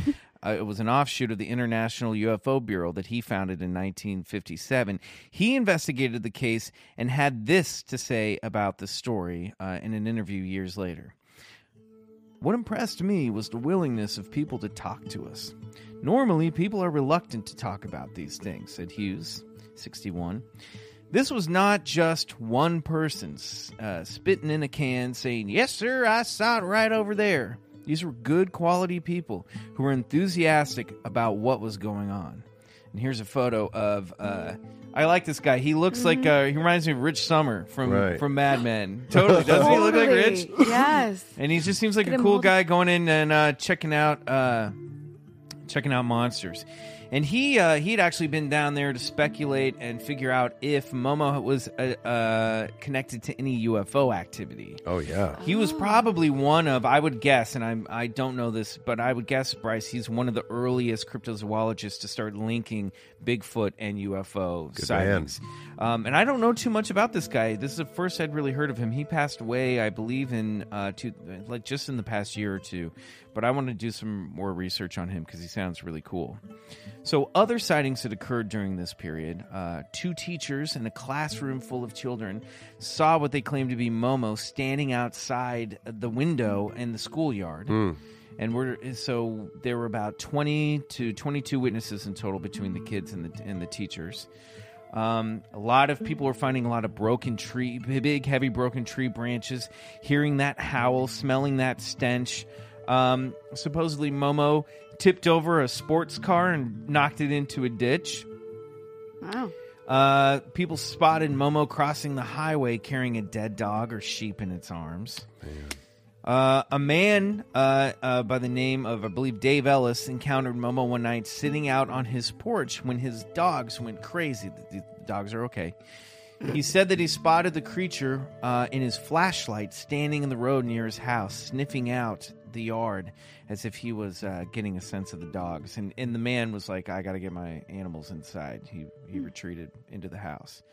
uh, it was an offshoot of the International UFO Bureau that he founded in 1957. He investigated the case and had this to say about the story uh, in an interview years later. What impressed me was the willingness of people to talk to us. Normally, people are reluctant to talk about these things, said Hughes, 61. This was not just one person uh, spitting in a can saying, Yes, sir, I saw it right over there. These were good quality people who were enthusiastic about what was going on. And here's a photo of. Uh, I like this guy. He looks like uh, he reminds me of Rich Summer from
Right.
from Mad Men. Totally, doesn't he look like Rich? <laughs>
Totally. Yes.
and he just seems like
Get
a
him
cool
hold-
guy going in and uh, checking out uh, checking out monsters. And he uh, he'd actually been down there to speculate and figure out if Momo was uh, uh, connected to any UFO activity.
Oh, yeah.
He was probably one of, I would guess, and I'm, I don't know this, but I would guess, Bryce, he's one of the earliest cryptozoologists to start linking Bigfoot and UFO sightings. Um, and I don't know too much about this guy. This is the first I'd really heard of him. He passed away, I believe, in uh, two, like just in the past year or two. But I want to do some more research on him because he sounds really cool. So, other sightings that occurred during this period uh, two teachers in a classroom full of children saw what they claimed to be Momo standing outside the window in the schoolyard. And we're, so there were about 20 to 22 witnesses in total between the kids and the, and the teachers. Um, a lot of people were finding a lot of broken tree, big, heavy broken tree branches, hearing that howl, smelling that stench. Um, supposedly, Momo tipped over a sports car and knocked it into a ditch.
Wow.
Uh, people spotted Momo crossing the highway carrying a dead dog or sheep in its arms. Uh, a man uh, uh, by the name of, I believe, Dave Ellis encountered Momo one night sitting out on his porch when his dogs went crazy. The, the dogs are okay. He said that he spotted the creature uh, in his flashlight standing in the road near his house, sniffing out the yard as if he was uh, getting a sense of the dogs. And, and the man was like, I got to get my animals inside. He, he retreated into the house.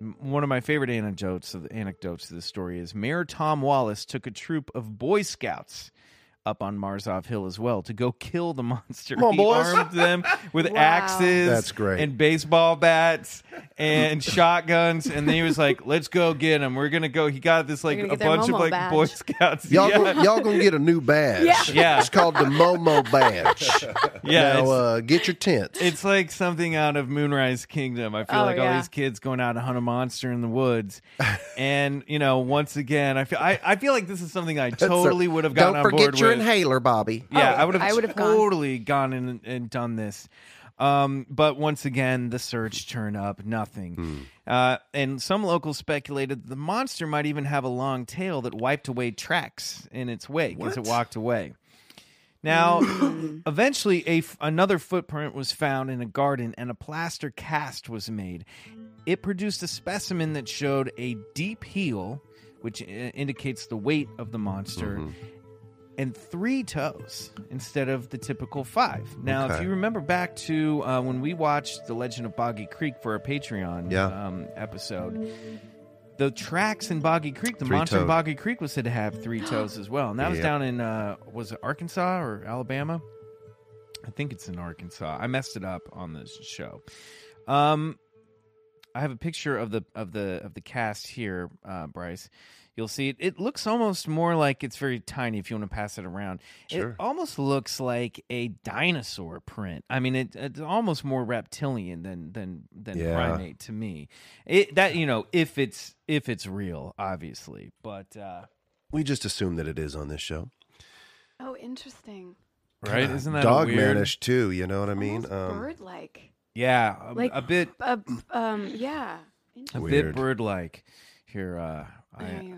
M- One of my favorite anecdotes of, anecdotes of this story is Mayor Tom Wallace took a troop of Boy Scouts up on Marzov Hill as well to go kill the monster.
Come on,
he
boys.
armed
<laughs>
them with axes
That's great.
and baseball bats and <laughs> shotguns, and then he was like, "Let's go get him. We're gonna go." He got this like
gonna
a
get their
bunch of
Momo
like
badge.
Boy Scouts.
Y'all,
yeah,
gonna, y'all gonna get a new badge.
Yeah.
It's called the
<laughs>
Momo badge.
yeah.
now
it's,
uh, get your tents.
it's like something out of Moonrise Kingdom. I feel
Oh,
like all
yeah.
these kids going out to hunt a monster in the woods, and you know, once again, I feel I, I feel like this is
<laughs>
something I totally would have gotten
Don't
on board
forget your
with.
inhaler, Bobby.
Yeah,
Oh,
I would have.
I would have gone.
totally gone, in and, and done this. Um, but once again, the search turned up nothing. Uh, and some locals speculated the monster might even have a long tail that wiped away tracks in its wake as it walked away. Now, eventually, a f- another footprint was found in a garden, and a plaster cast was made. It produced a specimen that showed a deep heel, which uh, indicates the weight of the monster, and three toes instead of the typical five. Now, if
Okay.
you remember back to uh, when we watched The Legend of Boggy Creek for our Patreon
Yeah.
um, episode, the tracks in Boggy Creek, the
Three
monster in
toed.
Boggy Creek was said to have three toes as well. And that was
Yeah.
down in, uh, was it Arkansas or Alabama? I think it's in Arkansas. I messed it up on this show. Um, I have a picture of the of the of the cast here, uh, Bryce. You'll see it. It looks almost more like it's very tiny. If you want to pass it around, it
Sure.
almost looks like a dinosaur print. I mean, it, it's almost more reptilian than than than
Yeah.
primate to me. It that you know if it's if it's real, obviously, but uh,
We just assume that it is on this show.
Oh, interesting.
right? <sighs> Isn't that
Dog
weird?
manish too, you know what I mean? Um,
bird-like.
Yeah, a,
Like-
a bit
Uh, um, yeah. Interesting.
a bit
Weird.
bird like. Here, uh, I,
yeah.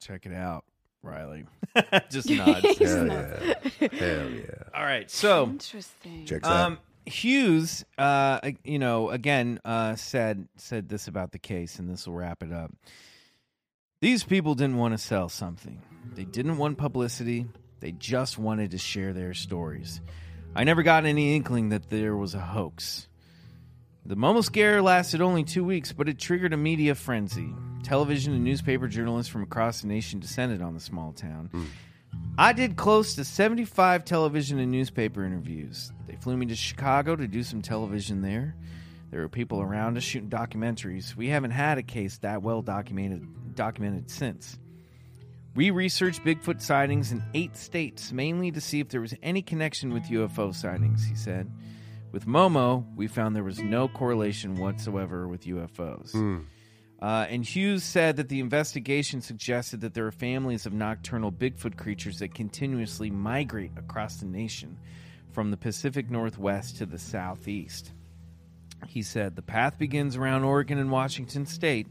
check it out, Riley. <laughs>
<laughs>
Just nods.
He's
hell
nuts.
yeah.
<laughs>
Hell yeah.
All right, so
Interesting.
Checks out.
um, Hughes, uh, ag- you know, again uh, said said this about the case, and this will wrap it up. These people didn't want to sell something. They didn't want publicity. They just wanted to share their stories. I never got any inkling that there was a hoax. The Momo scare lasted only two weeks, but it triggered a media frenzy. Television and newspaper journalists from across the nation descended on the small town. I did close to 75 television and newspaper interviews. They flew me to Chicago to do some television there. There were people around us shooting documentaries. We haven't had a case that well documented documented since. We researched Bigfoot sightings in eight states, mainly to see if there was any connection with UFO sightings, he said. With Momo, we found there was no correlation whatsoever with UFOs. Uh, and Hughes said that the investigation suggested that there are families of nocturnal Bigfoot creatures that continuously migrate across the nation from the Pacific Northwest to the Southeast. He said the path begins around Oregon and Washington state,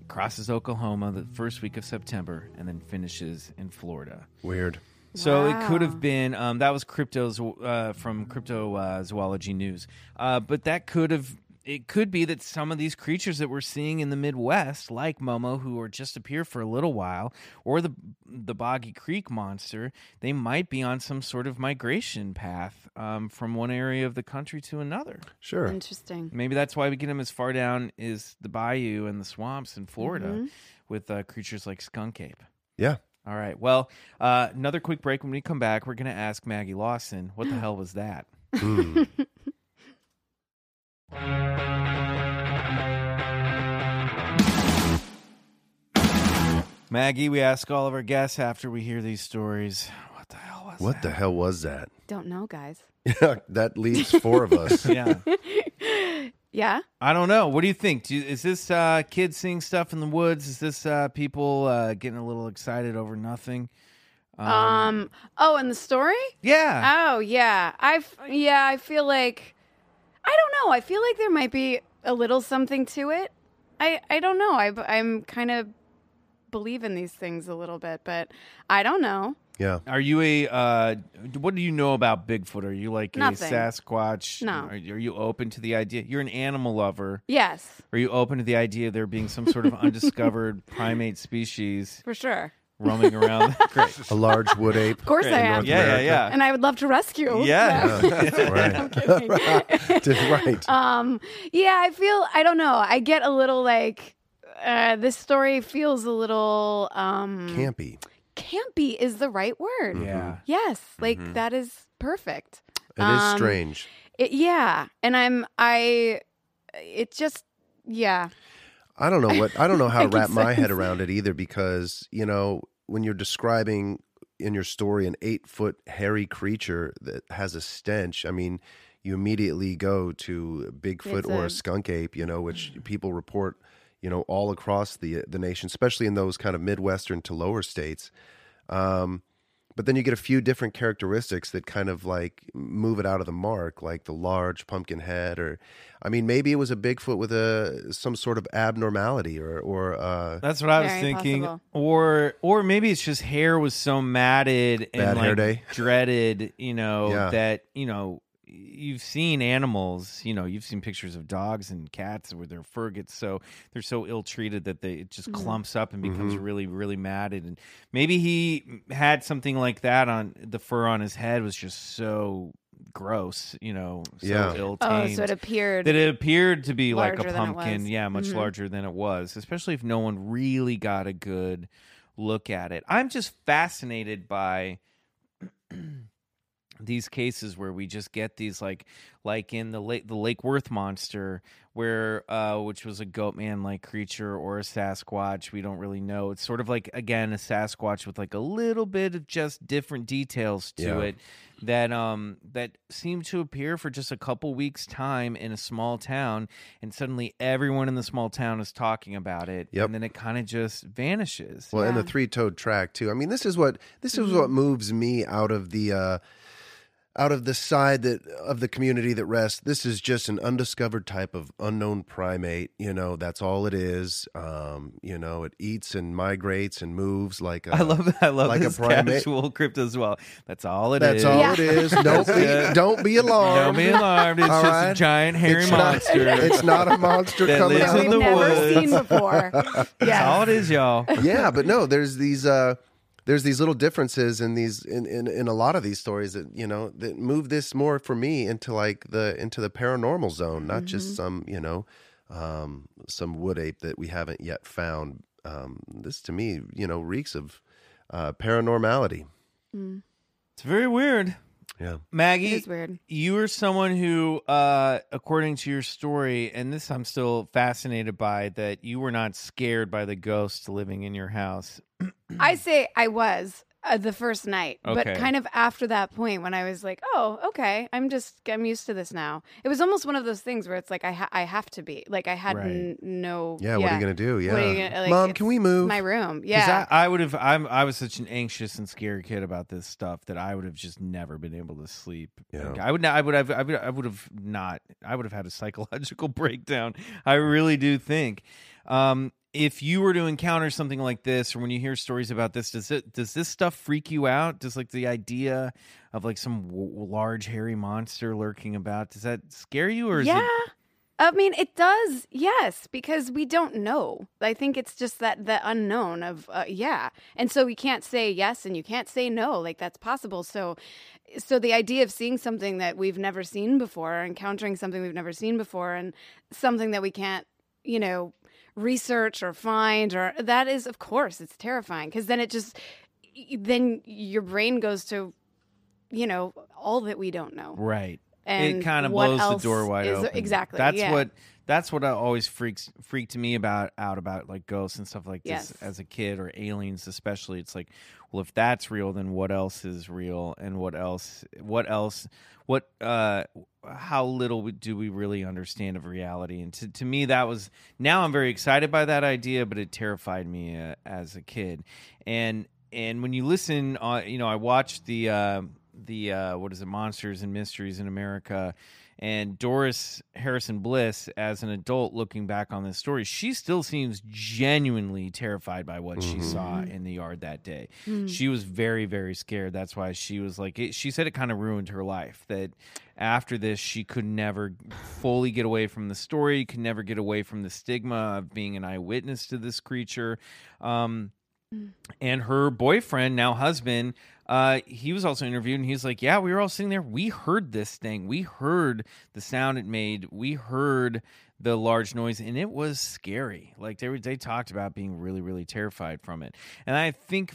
it crosses Oklahoma the first week of September, and then finishes in Florida.
Weird.
So it could
Wow.
have been um, that was crypto's uh, from crypto uh, zoology news, uh, but that could have it could be that some of these creatures that we're seeing in the Midwest, like Momo, who are just appear for a little while, or the the Boggy Creek monster, they might be on some sort of migration path um, from one area of the country to another.
Sure.
Interesting.
Maybe that's why we get them as far down as the bayou and the swamps in Florida with uh, creatures like skunk ape.
Yeah.
All right. Well, uh, another quick break. When we come back, we're going to ask Maggie Lawson, what the hell was that? Maggie, we ask all of our guests after we hear these stories, what the hell was
What the hell was that? <laughs>
Don't know, guys.
that leaves four of us.
<laughs> the Yeah.
Yeah.
I don't know. What do you think? Do you, is this uh, kids seeing stuff in the woods? Is this uh, people uh, getting a little excited over nothing?
Um. Oh, and the story?
Yeah.
Oh, yeah. I. f- Yeah. I feel like. I don't know. I feel like there might be a little something to it. I I don't know. I I'm kind of believe in these things a little bit, but I don't know.
Yeah.
Are you a uh, d- what do you know about Bigfoot? Are you like
Nothing.
a Sasquatch?
No.
Are, are you open to the idea? You're an animal lover.
Yes,
Are you open to the idea of there being some sort of undiscovered primate species
for sure.
roaming around? Great.
A large wood
<laughs>
ape.
Of course I
Yeah,
am.
yeah, yeah.
And I would love to rescue.
Yeah. <laughs>
<laughs>
right. right.
Um, yeah, I feel I don't know. I get a little like uh, this story feels a little um
Campy.
campy is the right word.
Yeah.
Yes, like
Mm-hmm.
that is perfect.
It is
Um,
strange.
It, yeah, and I'm I. It just yeah.
I don't know what I don't know how to
Making
wrap my
sense.
head around it either because you know when you're describing in your story an eight foot hairy creature that has a stench. I mean, you immediately go to Bigfoot
It's
or
a-
a skunk ape, you know,
<sighs>
which people report, you know, all across the uh, the nation, especially in those kind of midwestern to lower states. Um, but then you get a few different characteristics that kind of like move it out of the mark, like the large pumpkin head, or I mean, maybe it was a Bigfoot with a some sort of abnormality, or or uh,
That's what I was
Very
thinking.
possible.
Or or maybe it's just hair was so matted and
Bad hair
like
day. <laughs>
dreaded, you know,
Yeah.
that, you know, you've seen animals, you know, you've seen pictures of dogs and cats where their fur gets so they're so ill treated that they it just
Mm-hmm.
clumps up and becomes
Mm-hmm.
really, really matted. And maybe he had something like that on the fur on his head was just so gross, you know, so
Yeah.
ill
Oh,
tamed
so it appeared.
that it appeared to be like
Larger
a
than it
pumpkin
was.
yeah much
Mhm.
larger than it was especially if no one really got a good look at it i'm just fascinated by <clears throat> these cases where we just get these like like in the lake the lake worth monster where uh which was a goat man like creature or a sasquatch we don't really know it's sort of like again a sasquatch with like a little bit of just different details to
Yeah.
it that um that seemed to appear for just a couple weeks time in a small town and suddenly everyone in the small town is talking about it
Yep.
and then it kind of just vanishes
Well, and the three-toed track too. I mean, this is what this is what moves me out of the uh, out of the side that of the community that rests. This is just an undiscovered type of unknown primate. You know, that's all it is. Um, you know, it eats and migrates and moves like a
<laughs> I love I love
Like a
this
primate.
casual crypto as well. That's all it
That's
is.
all
Yeah.
it
<laughs>
is. Don't
Yeah.
be don't be
Don't
alarmed.
be alarmed. It's
All
just a
right.
giant hairy
it's
monster.
Not, it's not a monster
That
coming
lives
out
in
we've
of
the
never
woods. <laughs>
seen before.
That's all
yeah.
<laughs>
it is, y'all.
yeah, but no, there's these uh there's these little differences in these in, in in a lot of these stories that you know that move this more for me into like the into the paranormal zone, not
Mm-hmm.
just some you know um some wood ape that we haven't yet found. Um, this to me, you know, reeks of uh, paranormality.
It's very weird.
Yeah,
It
Maggie, <clears throat>
is weird.
you are someone who, uh, according to your story, and this I'm still fascinated by, that you were not scared by the ghost living in your house.
I say I was uh, the first night, but
Okay.
kind of after that point when I was like, oh, okay, I'm just I'm used to this now. It was almost one of those things where it's like I ha- I have to be like I had
Right.
n- no
yeah. What are you gonna do? Yeah,
What are you gonna- like,
mom,
it's
can we move?
my room
'Cause
yeah
I, I would have. I'm. I was such an anxious and scared kid about this stuff that I would have just never been able to sleep.
Yeah.
I would. Not, I would. have- I would. I would have not. I would have had a <laughs> psychological breakdown. I really do think. Um, if you were to encounter something like this, or when you hear stories about this, does it does this stuff freak you out? Does like the idea of like some w- large hairy monster lurking about does that scare you, or is
yeah
it
i mean it does yes because we don't know i think it's just that the unknown of uh, yeah and so we can't say yes and you can't say no like that's possible so so the idea of seeing something that we've never seen before encountering something we've never seen before and something that we can't you know research or find or that is of course it's terrifying because then it just then your brain goes to you know all that we don't know
right?
and
it kind of
what
blows the
else
door wide
is-
open.
Exactly.
That's
yeah.
what that's what I always freaks freaked me about out about like ghosts and stuff like this
Yes.
as a kid or aliens especially. It's like, well, if that's real, then what else is real and what else what else what uh how little we- do we really understand of reality? And to, to me, that was now I'm very excited by that idea, but it terrified me uh, as a kid. And and when you listen, uh, you know, I watched the uh, the uh, what is it, Monsters and Mysteries in America, and Doris Harrison Bliss as an adult looking back on this story, she still seems genuinely terrified by what she saw in the yard that day.
Mm.
She was very very scared. That's why she was like it, she said it kind of ruined her life that after this she could never fully get away from the story, could never get away from the stigma of being an eyewitness to this creature. Um and her boyfriend, now husband, uh, he was also interviewed, and he's like, "Yeah, we were all sitting there. We heard this thing. We heard the sound it made. We heard the large noise, and it was scary. Like they were, they talked about being really, really terrified from it. And I think,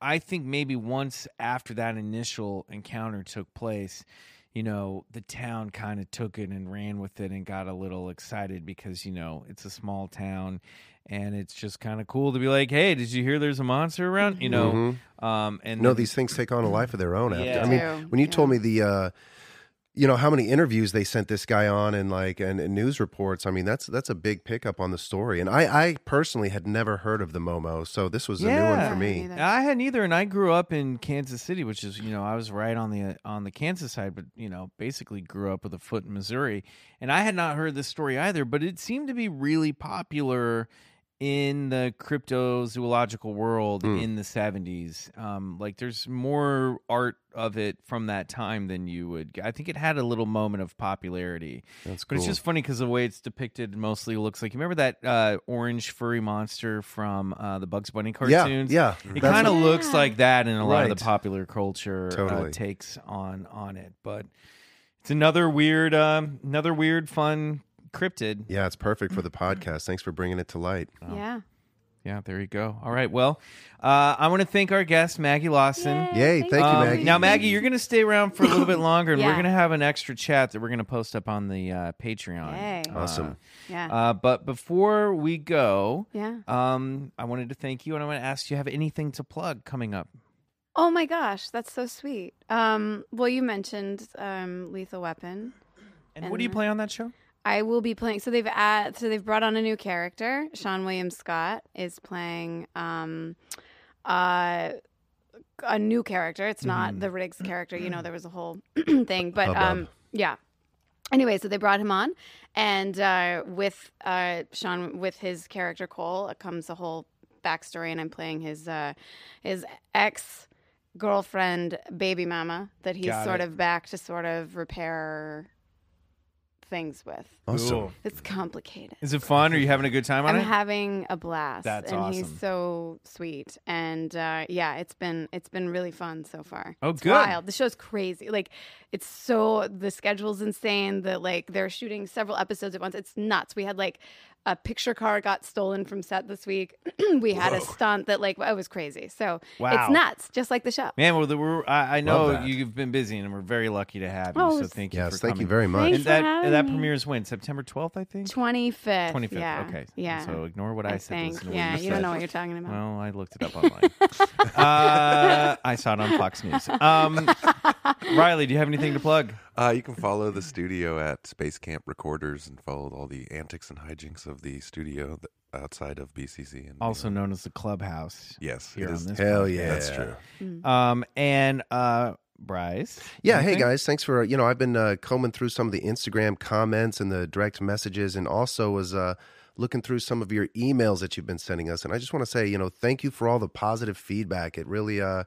I think maybe once after that initial encounter took place." You know, the town kind of took it and ran with it and got a little excited because, you know, it's a small town and it's just kind of cool to be like, hey, did you hear there's a monster around? You know, um, and
Mm-hmm. No,
then-
these things take on a life of their own. After.
Yeah.
I mean,
True.
when you
Yeah.
told me the, uh, you know, how many interviews they sent this guy on and like and, and news reports. I mean, that's that's a big pickup on the story. And I, I personally had never heard of the Momo, so this was a new one
Yeah.
for me.
Yeah,
I hadn't either, and I grew up in Kansas City, which is you know I was right on the on the Kansas side, but you know basically grew up with a foot in Missouri, and I had not heard this story either, but it seemed to be really popular in the cryptozoological world
Hmm.
in the 70s um, like there's more art of it from that time than you would i think it had a little moment of popularity
That's
But it's just funny because the way it's depicted mostly looks like you remember that uh, orange furry monster from uh, the Bugs Bunny
Yeah,
cartoons.
yeah.
It
That's
kind of
what-
looks like that in a lot of
Right.
the popular culture uh,
Totally.
takes on on it, but it's another weird, um, another weird, fun cryptid.
yeah, it's perfect for the podcast. Thanks for bringing it to light.
yeah.
Yeah, there you go. All right, well, uh, I want to thank our guest Maggie Lawson.
Yay, thank you,
Um,
Maggie.
Now, Maggie, you're going to stay around for a
<laughs>
little bit longer, and we're
Yeah.
going to have an extra chat that we're going to post up on the uh, Patreon.
Yay.
Awesome.
Yeah.
Uh, but before we go,
Yeah.
um, I wanted to thank you, and I want to ask you have anything to plug coming up?
Oh my gosh, that's so sweet. Um, well, you mentioned um, Lethal Weapon.
And, what do you
Um,
play on that show?
I will be playing. So they've add, so they've brought on a new character. Sean William Scott is playing um, uh, a new character. It's
Mm-hmm.
not the Riggs character. You know, there was a whole <clears throat> thing, but
Oh,
um, yeah. Anyway, so they brought him on, and uh, with uh, Sean, with his character Cole, comes the whole backstory, and I'm playing his uh, his ex girlfriend, baby mama, that he's
Got
sort
it.
of back to sort of repair things with.
Awesome.
It's complicated.
Is it fun? Are you having a good time on
I'm
it?
having a blast,
That's
and
awesome.
he's so sweet. And uh, yeah, it's been it's been really fun so far.
Oh,
it's
good.
Wild. The show's crazy. Like, it's so the schedule's insane. That like they're shooting several episodes at once. It's nuts. We had like a picture car got stolen from set this week. <clears throat> we had a stunt that like it was crazy. So
Wow.
it's nuts, just like the show.
Man, well, the- we're, I, I know
that.
you've been busy, and we're very lucky to have you.
Oh,
so
it's-
thank you.
Yes,
for
thank
coming.
you very much.
Thanks
And that
for having
and that
me.
premieres when September 12th, I think.
Twenty fifth.
25th.
Yeah.
Okay.
Yeah.
So ignore what I,
I
said.
think.
Listen to
Yeah.
what you,
You don't
said.
know what you're talking about.
Well, I looked it up online.
<laughs>
uh, I saw it on Fox News. Um,
<laughs>
Riley, do you have anything to plug?
Uh, you can follow the studio at Space Camp Recorders and follow all the antics and hijinks of the studio th- outside of BCC. And
Also known as the Clubhouse.
yes,
Here
it
on
is.
this
Hell yeah.
That's true.
Um, and uh, Bryce.
Yeah, hey
anything?
guys, thanks for you know I've been uh, combing through some of the Instagram comments and the direct messages, and also was uh, looking through some of your emails that you've been sending us, and I just want to say you know thank you for all the positive feedback. It really uh,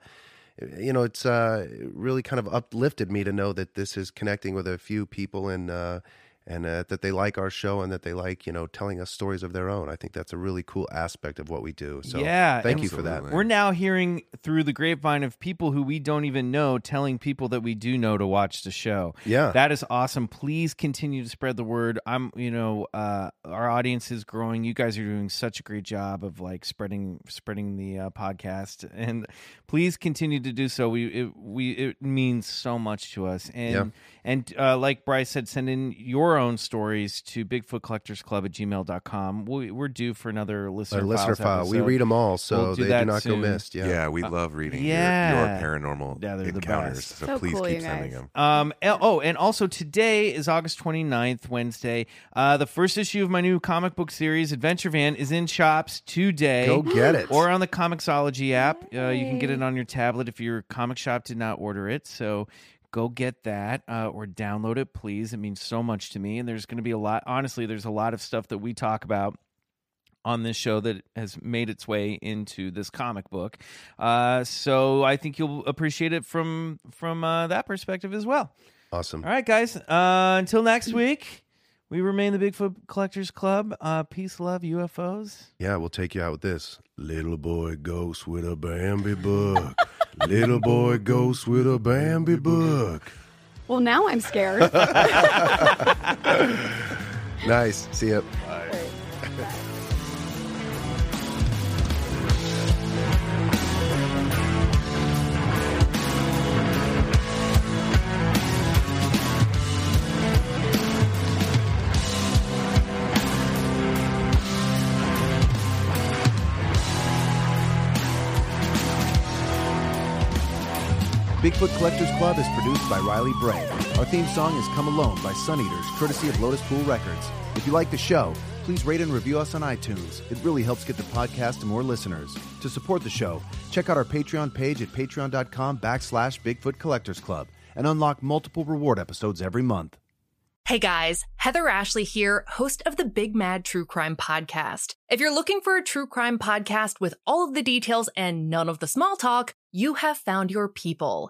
you know it's uh, it really kind of uplifted me to know that this is connecting with a few people and uh, and uh, that they like our show and that they like you know telling us stories of their own. I think that's a really cool aspect of what we do. So
Yeah,
thank
and-
you for that.
Absolutely.
We're now hearing through the grapevine of people who we don't even know telling people that we do know to watch the show.
Yeah.
That is awesome. Please continue to spread the word. I'm, you know, uh, our audience is growing. You guys are doing such a great job of like spreading spreading the uh, podcast, and please continue to do so. We it, we it means so much to us. And
Yeah.
and uh, like Bryce said, send in your own stories to Bigfoot Collectors Club at gmail.com. We, we're due for another listener
Our listener
files
file, we
episode.
read them all, so
We'll do
they
that
do not
soon.
go missed.
Yeah, we love reading your-
yeah.
your, paranormal
Yeah, they're the
encounters.
best.
So,
So
please
cool,
keep
you
sending
guys.
them.
Um, and- oh, and also today is August 29th, Wednesday. Uh, the first issue of my new comic book series, Adventure Van, is in shops today.
Go get it.
Or on the Comixology app. Uh, you can get it on your tablet if your comic shop did not order it. So go get that uh, or download it, please. It means so much to me. And there's going to be a lot, honestly, there's a lot of stuff that we talk about on this show that has made its way into this comic book. Uh, so I think you'll appreciate it from from uh, that perspective as well.
Awesome.
All right, guys. Uh, until next week, we remain the Bigfoot Collectors Club. Uh, peace, love, UFOs.
Yeah, we'll take you out with this. Little boy ghost with a Bambi book. Little boy ghost with a Bambi book.
Well, now
<laughs>
I'm scared.
Nice. See ya.
Bigfoot Collectors Club is produced by Riley Bray. Our theme song is Come Alone by Sun Eaters, courtesy of Lotus Pool Records. If you like the show, please rate and review us on iTunes. It really helps get the podcast to more listeners. To support the show, check out our Patreon page at patreon.com backslash Bigfoot Collectors Club and unlock multiple reward episodes every month.
Hey guys, Heather Ashley here, host of the Big Mad True Crime Podcast. If you're looking for a true crime podcast with all of the details and none of the small talk, you have found your people.